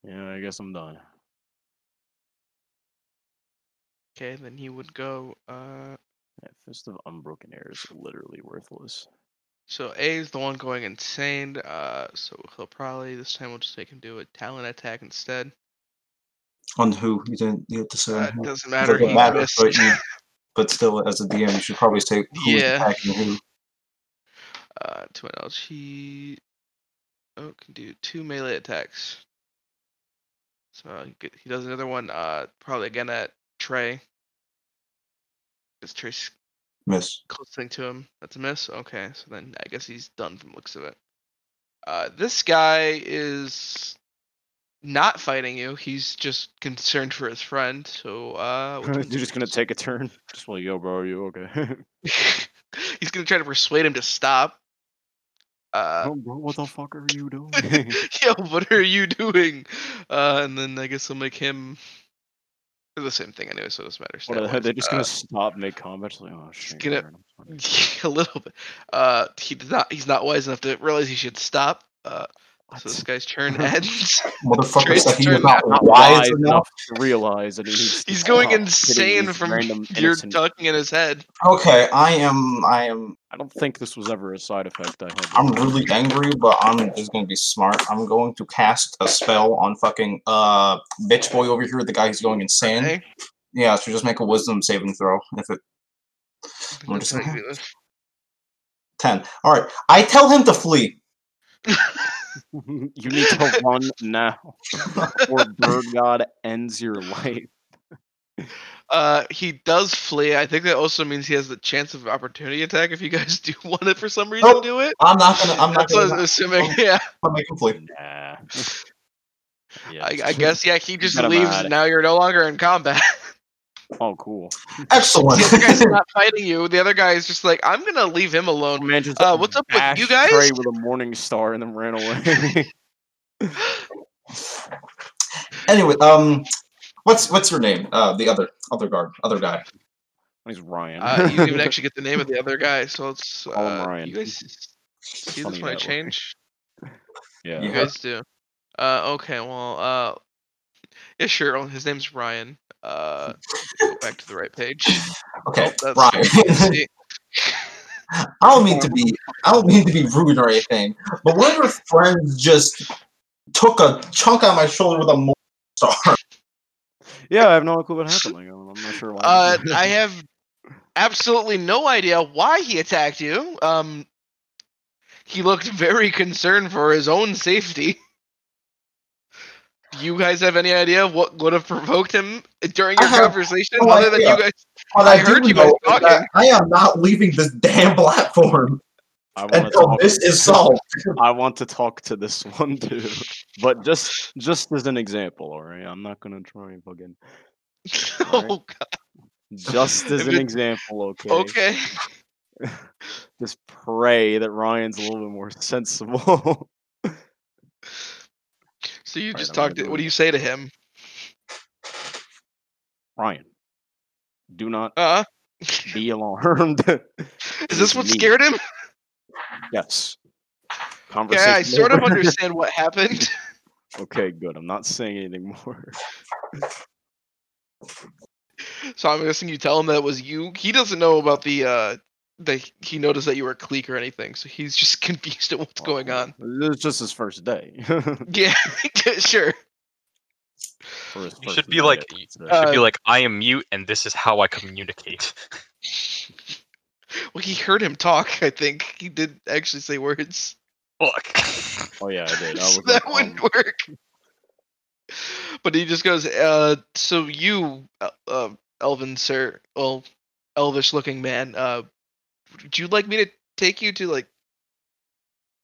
Speaker 5: Yeah, I guess I'm done.
Speaker 4: okay, then he would go. Uh,
Speaker 5: Yeah, Fist of Unbroken Air is literally worthless.
Speaker 4: so A is the one going insane. Uh, so he'll probably this time we'll just make him do a talent attack instead.
Speaker 3: On who you didn't you had to say. on
Speaker 4: Uh,
Speaker 3: who.
Speaker 4: doesn't matter.
Speaker 3: Uh-huh. Doesn't
Speaker 4: He
Speaker 3: matter,
Speaker 4: missed.
Speaker 3: but, you- but still, as a DM, you should probably say who is
Speaker 4: Yeah.
Speaker 3: attacking who.
Speaker 4: Uh, to my knowledge, he oh can do two melee attacks. So uh, he g- he does another one. Uh, probably again at Trey. Is Trey's
Speaker 3: Miss.
Speaker 4: close thing to him? That's a miss. Okay, so then I guess he's done from the looks of it. Uh, this guy is not fighting you. He's just concerned for his friend. So uh, which
Speaker 5: You're
Speaker 4: one's
Speaker 5: just gonna
Speaker 4: yours?
Speaker 5: take a turn. Just like, yo, bro, are you okay?
Speaker 4: he's gonna try to persuade him to stop. Uh,
Speaker 5: oh, bro, what the fuck are you doing?
Speaker 4: yo, what are you doing? Uh, and then I guess they'll make him they're the same thing anyway, so it doesn't matter.
Speaker 5: what are
Speaker 4: stat-wise.
Speaker 5: they? are just gonna
Speaker 4: Uh,
Speaker 5: stop mid combat. Like, oh shit.
Speaker 4: gonna-
Speaker 5: Aaron, I'm sorry."
Speaker 4: a little bit. Uh, he did not. He's not wise enough to realize he should stop. Uh,
Speaker 5: What? Uh-huh.
Speaker 4: so this guy's turn ends.
Speaker 3: Motherfucker
Speaker 4: Trey's
Speaker 3: said he
Speaker 4: turn
Speaker 3: was not
Speaker 5: I'm not
Speaker 3: wise enough.
Speaker 5: to realize that he needs to
Speaker 4: he's going
Speaker 5: stop hitting
Speaker 4: insane
Speaker 5: these
Speaker 4: from
Speaker 5: random
Speaker 4: you're
Speaker 5: innocent-
Speaker 4: talking in his head.
Speaker 3: Okay, I am. I am.
Speaker 5: I don't think this was ever a side effect I had.
Speaker 3: I'm
Speaker 5: before.
Speaker 3: really angry, but I'm just gonna be smart. I'm going to cast a spell on fucking uh bitch boy over here, the guy who's going insane.
Speaker 4: eh?
Speaker 3: Yeah, so just make a wisdom saving throw. If it What is
Speaker 4: That's how
Speaker 3: that?
Speaker 4: you do this.
Speaker 3: ten. All right, I tell him to flee.
Speaker 5: you need to run now, or Bird God ends your life.
Speaker 4: Uh, he does flee. I think that also means he has the chance of opportunity attack if you guys do want it for some reason.
Speaker 3: Nope.
Speaker 4: Do it.
Speaker 3: I'm not gonna. I'm not
Speaker 4: That's what I
Speaker 3: gonna.
Speaker 4: was assuming. Yeah.
Speaker 3: I'm making flee.
Speaker 5: Nah. Yeah,
Speaker 4: I, I
Speaker 5: just-
Speaker 4: guess yeah. He just
Speaker 5: got 'em
Speaker 4: leaves.
Speaker 5: outta-
Speaker 4: and Now you're no longer in combat.
Speaker 5: Oh, cool.
Speaker 3: Excellent.
Speaker 4: the other guy's not fighting you. The other guy is just like, I'm gonna leave him alone.
Speaker 5: Man just
Speaker 4: Uh, what's up with you
Speaker 5: bashed
Speaker 4: guys?
Speaker 5: Trey with a morning star and then ran away.
Speaker 3: anyway, um, what's what's your name? Uh, the other other guard, other guy.
Speaker 5: He's Ryan.
Speaker 4: Uh, you didn't even actually get the name of the other guy, so it's
Speaker 5: Call him
Speaker 4: uh,
Speaker 5: Ryan.
Speaker 4: You guys see
Speaker 5: Funny
Speaker 4: this when I
Speaker 5: that way.
Speaker 4: change?
Speaker 5: yeah.
Speaker 4: You
Speaker 3: Yeah.
Speaker 4: guys do. Uh, okay, well, uh, yeah, sure. oh, His name's Ryan. Uh, go back to the right page.
Speaker 3: Okay,
Speaker 4: Oh,
Speaker 3: Ryan.
Speaker 4: that's- See,
Speaker 3: I don't mean to be I don't mean to be rude or anything, but one of your friends just took a chunk out of my shoulder with a morning star.
Speaker 5: Yeah, I have no clue what happened. Like, I'm I'm not sure why.
Speaker 4: Uh, I have absolutely no idea why he attacked you. Um, he looked very concerned for his own safety. Do you guys have any idea what would have provoked him during
Speaker 3: I
Speaker 4: your
Speaker 3: have
Speaker 4: conversation?
Speaker 3: no
Speaker 4: other than you
Speaker 3: idea.
Speaker 4: guys,
Speaker 3: What
Speaker 4: I
Speaker 3: do
Speaker 4: heard you
Speaker 3: know
Speaker 4: guys
Speaker 3: is that
Speaker 4: talking.
Speaker 3: I am not leaving this damn platform
Speaker 4: Oh,
Speaker 5: I want to
Speaker 3: until
Speaker 5: talk.
Speaker 3: this is solved.
Speaker 5: I want to talk to this one too, but just just as an example, all right. I'm not gonna try and fucking.
Speaker 4: oh,
Speaker 5: Alright.
Speaker 4: God,
Speaker 5: Just as an
Speaker 4: If it-
Speaker 5: example, okay.
Speaker 4: Oh, okay.
Speaker 5: Just pray that Ryan's a little bit more sensible.
Speaker 4: So you
Speaker 5: Alright,
Speaker 4: just
Speaker 5: I'm gonna
Speaker 4: talked. To,
Speaker 5: do
Speaker 4: what
Speaker 5: it.
Speaker 4: do you say to him?
Speaker 5: Ryan, do not
Speaker 4: Uh,
Speaker 5: be alarmed.
Speaker 4: is this what
Speaker 5: Me.
Speaker 4: scared him?
Speaker 5: yes.
Speaker 4: Yeah, I
Speaker 5: Conversation
Speaker 4: sort of
Speaker 5: over.
Speaker 4: understand what happened.
Speaker 5: Okay, good. I'm not saying anything more.
Speaker 4: So I'm guessing you tell him that it was you. He doesn't know about the uh that he noticed that you were a clique or anything, so he's just confused at what's
Speaker 5: Oh.
Speaker 4: going on.
Speaker 5: It's just his first day.
Speaker 4: Yeah, sure.
Speaker 5: For his
Speaker 1: You should
Speaker 5: first
Speaker 1: be
Speaker 5: day
Speaker 1: like-
Speaker 5: at this, uh,
Speaker 1: It should be
Speaker 4: Uh,
Speaker 1: like, I am mute, and this is how I communicate.
Speaker 4: Well, he heard him talk. I think he did actually say words.
Speaker 1: Fuck.
Speaker 5: oh yeah, I did. I
Speaker 4: so
Speaker 5: was
Speaker 4: that
Speaker 5: like,
Speaker 4: wouldn't
Speaker 5: um,
Speaker 4: work. But he just goes, uh, so you, uh, uh, Elvin, sir, well, elvish looking man, uh, would you like me to take you to, like,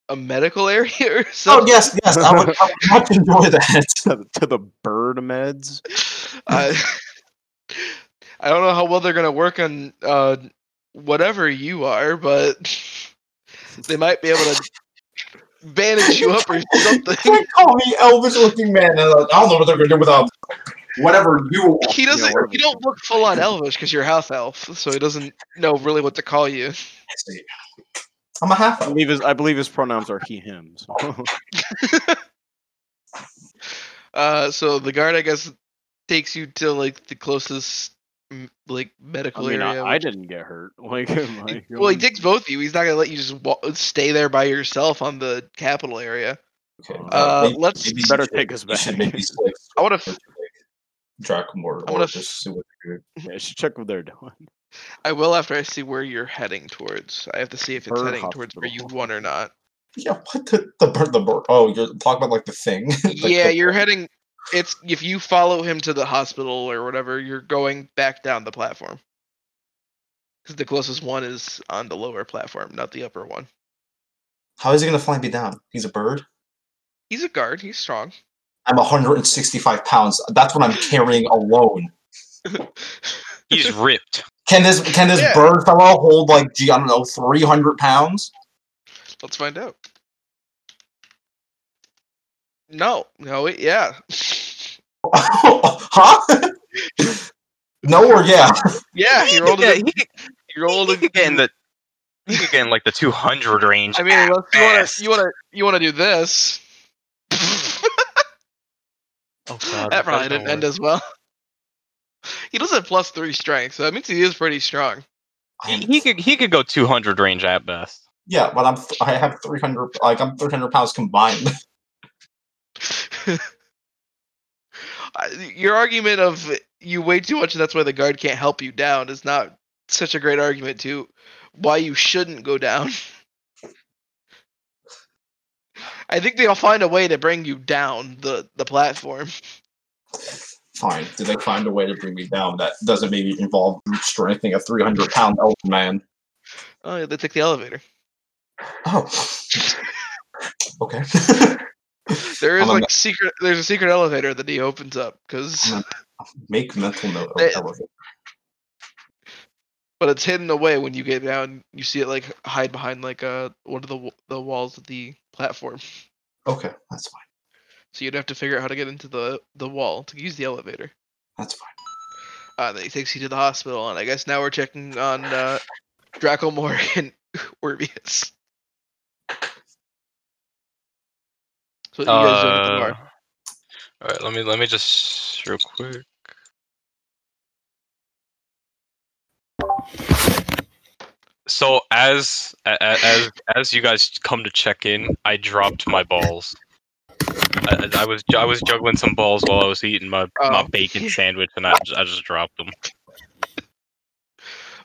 Speaker 4: a medical area or
Speaker 3: Oh
Speaker 4: something?
Speaker 3: yes, yes, I would, I would much enjoy that.
Speaker 5: to, the- to the bird meds.
Speaker 4: Uh, I don't know how well they're gonna work on uh, whatever you are, but they might be able to bandage you up or something.
Speaker 3: Can't call me Elvis looking man. and, uh, I don't know what they're gonna do without whatever you. are.
Speaker 4: He doesn't.
Speaker 5: whatever.
Speaker 4: You don't look full on elvish because you're half elf, so he doesn't know really what to call you.
Speaker 3: I'm a half
Speaker 5: I believe his I believe his pronouns are he him. So.
Speaker 4: Uh, so the guard, I guess, takes you to like the closest mm, like
Speaker 5: I
Speaker 4: medical
Speaker 5: mean,
Speaker 4: area.
Speaker 5: I, I
Speaker 4: which-
Speaker 5: didn't get hurt. Like, um, am I
Speaker 4: well, he
Speaker 5: going-
Speaker 4: takes both of you. He's not gonna let you just wa- stay there by yourself on the capital area.
Speaker 3: Okay.
Speaker 5: Uh,
Speaker 4: Uh,
Speaker 3: maybe-
Speaker 4: let's
Speaker 3: maybe
Speaker 5: better
Speaker 3: you should-
Speaker 5: take us
Speaker 3: you should
Speaker 5: back.
Speaker 3: make these, like,
Speaker 4: I would have.
Speaker 3: Dracomor
Speaker 4: I'm
Speaker 3: or
Speaker 4: gonna-
Speaker 3: just see what they do.
Speaker 5: Yeah, I should check what they're doing.
Speaker 4: I will after I see where you're heading towards. I have to see if it's
Speaker 5: Her
Speaker 4: heading towards where you
Speaker 5: hospital.
Speaker 4: want or not.
Speaker 3: Yeah, what the the bird the bird? Oh, you're talking about like the thing. Like the-
Speaker 4: yeah, you're heading. It's if you follow him to the hospital or whatever, you're going back down the platform. Because the closest one is on the lower platform, not the upper one.
Speaker 3: How is he gonna fly me down? He's a bird.
Speaker 4: He's a guard. He's strong.
Speaker 3: I'm 165 pounds. That's what I'm carrying alone.
Speaker 1: He's ripped.
Speaker 3: Can this can this
Speaker 4: Yeah.
Speaker 3: bird fellow hold like gee I don't know 300 pounds?
Speaker 4: Let's find out. No, no, it, yeah.
Speaker 3: huh? no or yeah?
Speaker 4: Yeah,
Speaker 1: he
Speaker 4: you're older.
Speaker 1: could
Speaker 4: than-
Speaker 1: get-
Speaker 4: You're older.
Speaker 1: he could get in
Speaker 4: than-
Speaker 1: the he could get in like the 200 range.
Speaker 4: I mean, unless you want
Speaker 1: fast.
Speaker 4: to, you want to, you want to do this.
Speaker 1: oh,
Speaker 3: Uh,
Speaker 1: God,
Speaker 4: that probably didn't end as well. He does have plus three strength, so that means he is pretty strong.
Speaker 1: He,
Speaker 3: I'm-
Speaker 1: he could he could go 200 range at best.
Speaker 3: yeah, but I'm I have 300 like I'm 300 pounds combined.
Speaker 4: I- Your argument of you weigh too much and that's why the guard can't help you down is not such a great argument to why you shouldn't go down. I think they'll find a way to bring you down the, the platform.
Speaker 3: Fine. Did they find a way to bring me down that doesn't maybe involve strengthening a 300 pound elf man?
Speaker 4: Oh, yeah, they took the elevator.
Speaker 3: Oh. okay.
Speaker 4: There is
Speaker 3: I'm a-
Speaker 4: like secret. There's a secret elevator that he opens up because,
Speaker 3: I'm Make mental note of
Speaker 4: They-
Speaker 3: elevator.
Speaker 4: but it's hidden away when you get down. You see it like hide behind like uh one of the wa- the walls of the platform.
Speaker 3: Okay, that's fine.
Speaker 4: So you'd have to figure out how to get into the the wall to use the elevator.
Speaker 3: That's fine.
Speaker 4: Uh, that he takes you to the hospital, and I guess now we're checking on uh, Draco Moore and Orbius. So what you guys doing at the bar?
Speaker 1: all right, let me let me just real quick. So as a- a- as as you guys come to check in, I dropped my balls. I, I- I was I was juggling some balls while I was eating my, my
Speaker 4: Oh.
Speaker 1: bacon sandwich, and I, I just dropped them.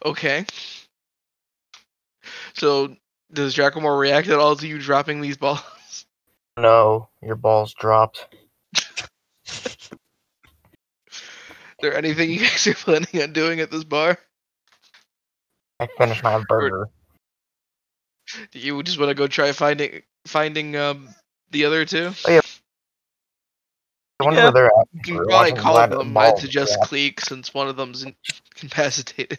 Speaker 4: Okay. So does Draco Moore react at all to you dropping these balls?
Speaker 2: No, your ball's dropped.
Speaker 4: there anything you guys are planning on doing at this bar?
Speaker 2: I finished my burger.
Speaker 4: Do you just want to go try finding finding um the other two?
Speaker 2: I wonder
Speaker 1: Yeah.
Speaker 2: where they're at.
Speaker 4: You can
Speaker 2: We're
Speaker 4: probably
Speaker 2: watching
Speaker 4: call
Speaker 2: Vlad-
Speaker 4: them. I'd
Speaker 2: Ball
Speaker 4: suggest
Speaker 2: drop.
Speaker 4: Cleek since one of them's in- incapacitated.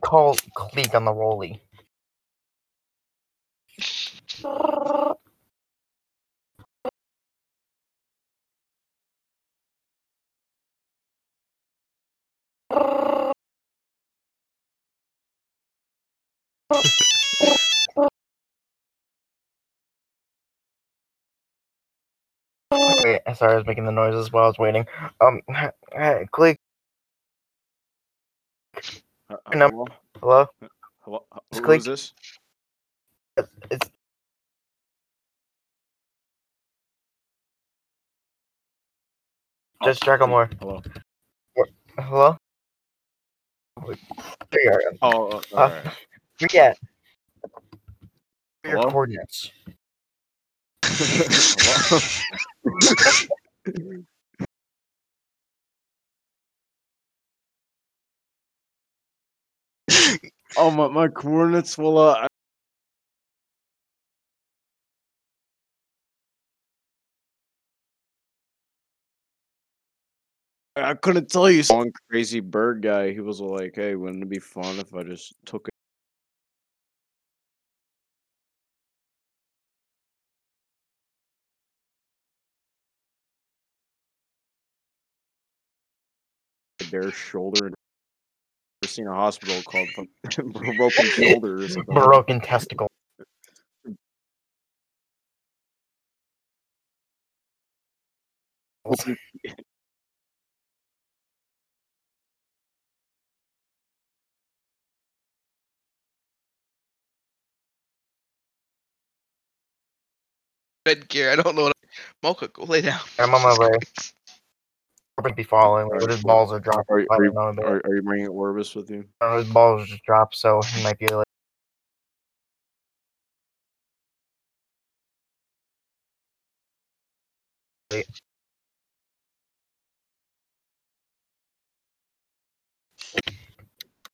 Speaker 2: Call click on the rolly. Wait, sorry, I was making the noises while I was waiting. Um, click.
Speaker 5: Uh, uh,
Speaker 2: Num-
Speaker 5: hello?
Speaker 2: Hello.
Speaker 5: Hello? Uh,
Speaker 2: Just
Speaker 5: Who
Speaker 2: click.
Speaker 5: is this?
Speaker 2: It's
Speaker 5: Oh,
Speaker 2: Just Draco
Speaker 5: click.
Speaker 2: Moore. hello.
Speaker 5: Hello.
Speaker 2: Wait, There you are.
Speaker 5: Oh, uh, alright.
Speaker 2: Where you at? Where are
Speaker 5: Hello?
Speaker 2: your coordinates?
Speaker 5: Hello? oh my, my coordinates will uh I- I couldn't tell you some crazy bird guy. He was like, "Hey, wouldn't it be fun if I just took it?" Their shoulder. and I've seen a hospital called fucking broken shoulder or something.
Speaker 2: Broken testicle.
Speaker 4: Red gear. I don't know what. Mocha, go lay down.
Speaker 2: I'm on my way. Corbin be following but his balls are dropped.
Speaker 5: Are,
Speaker 2: I don't
Speaker 5: are, you,
Speaker 2: know, but-
Speaker 5: are, are you bringing Orvis with you?
Speaker 2: I don't know, his balls just dropped, so he might be like.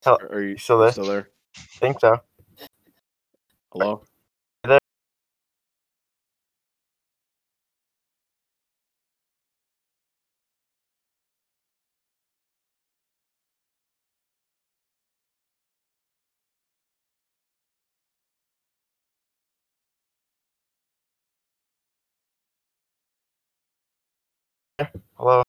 Speaker 5: Are- Are you
Speaker 2: still there?
Speaker 5: Still there?
Speaker 2: think so.
Speaker 5: Hello?
Speaker 2: Hello.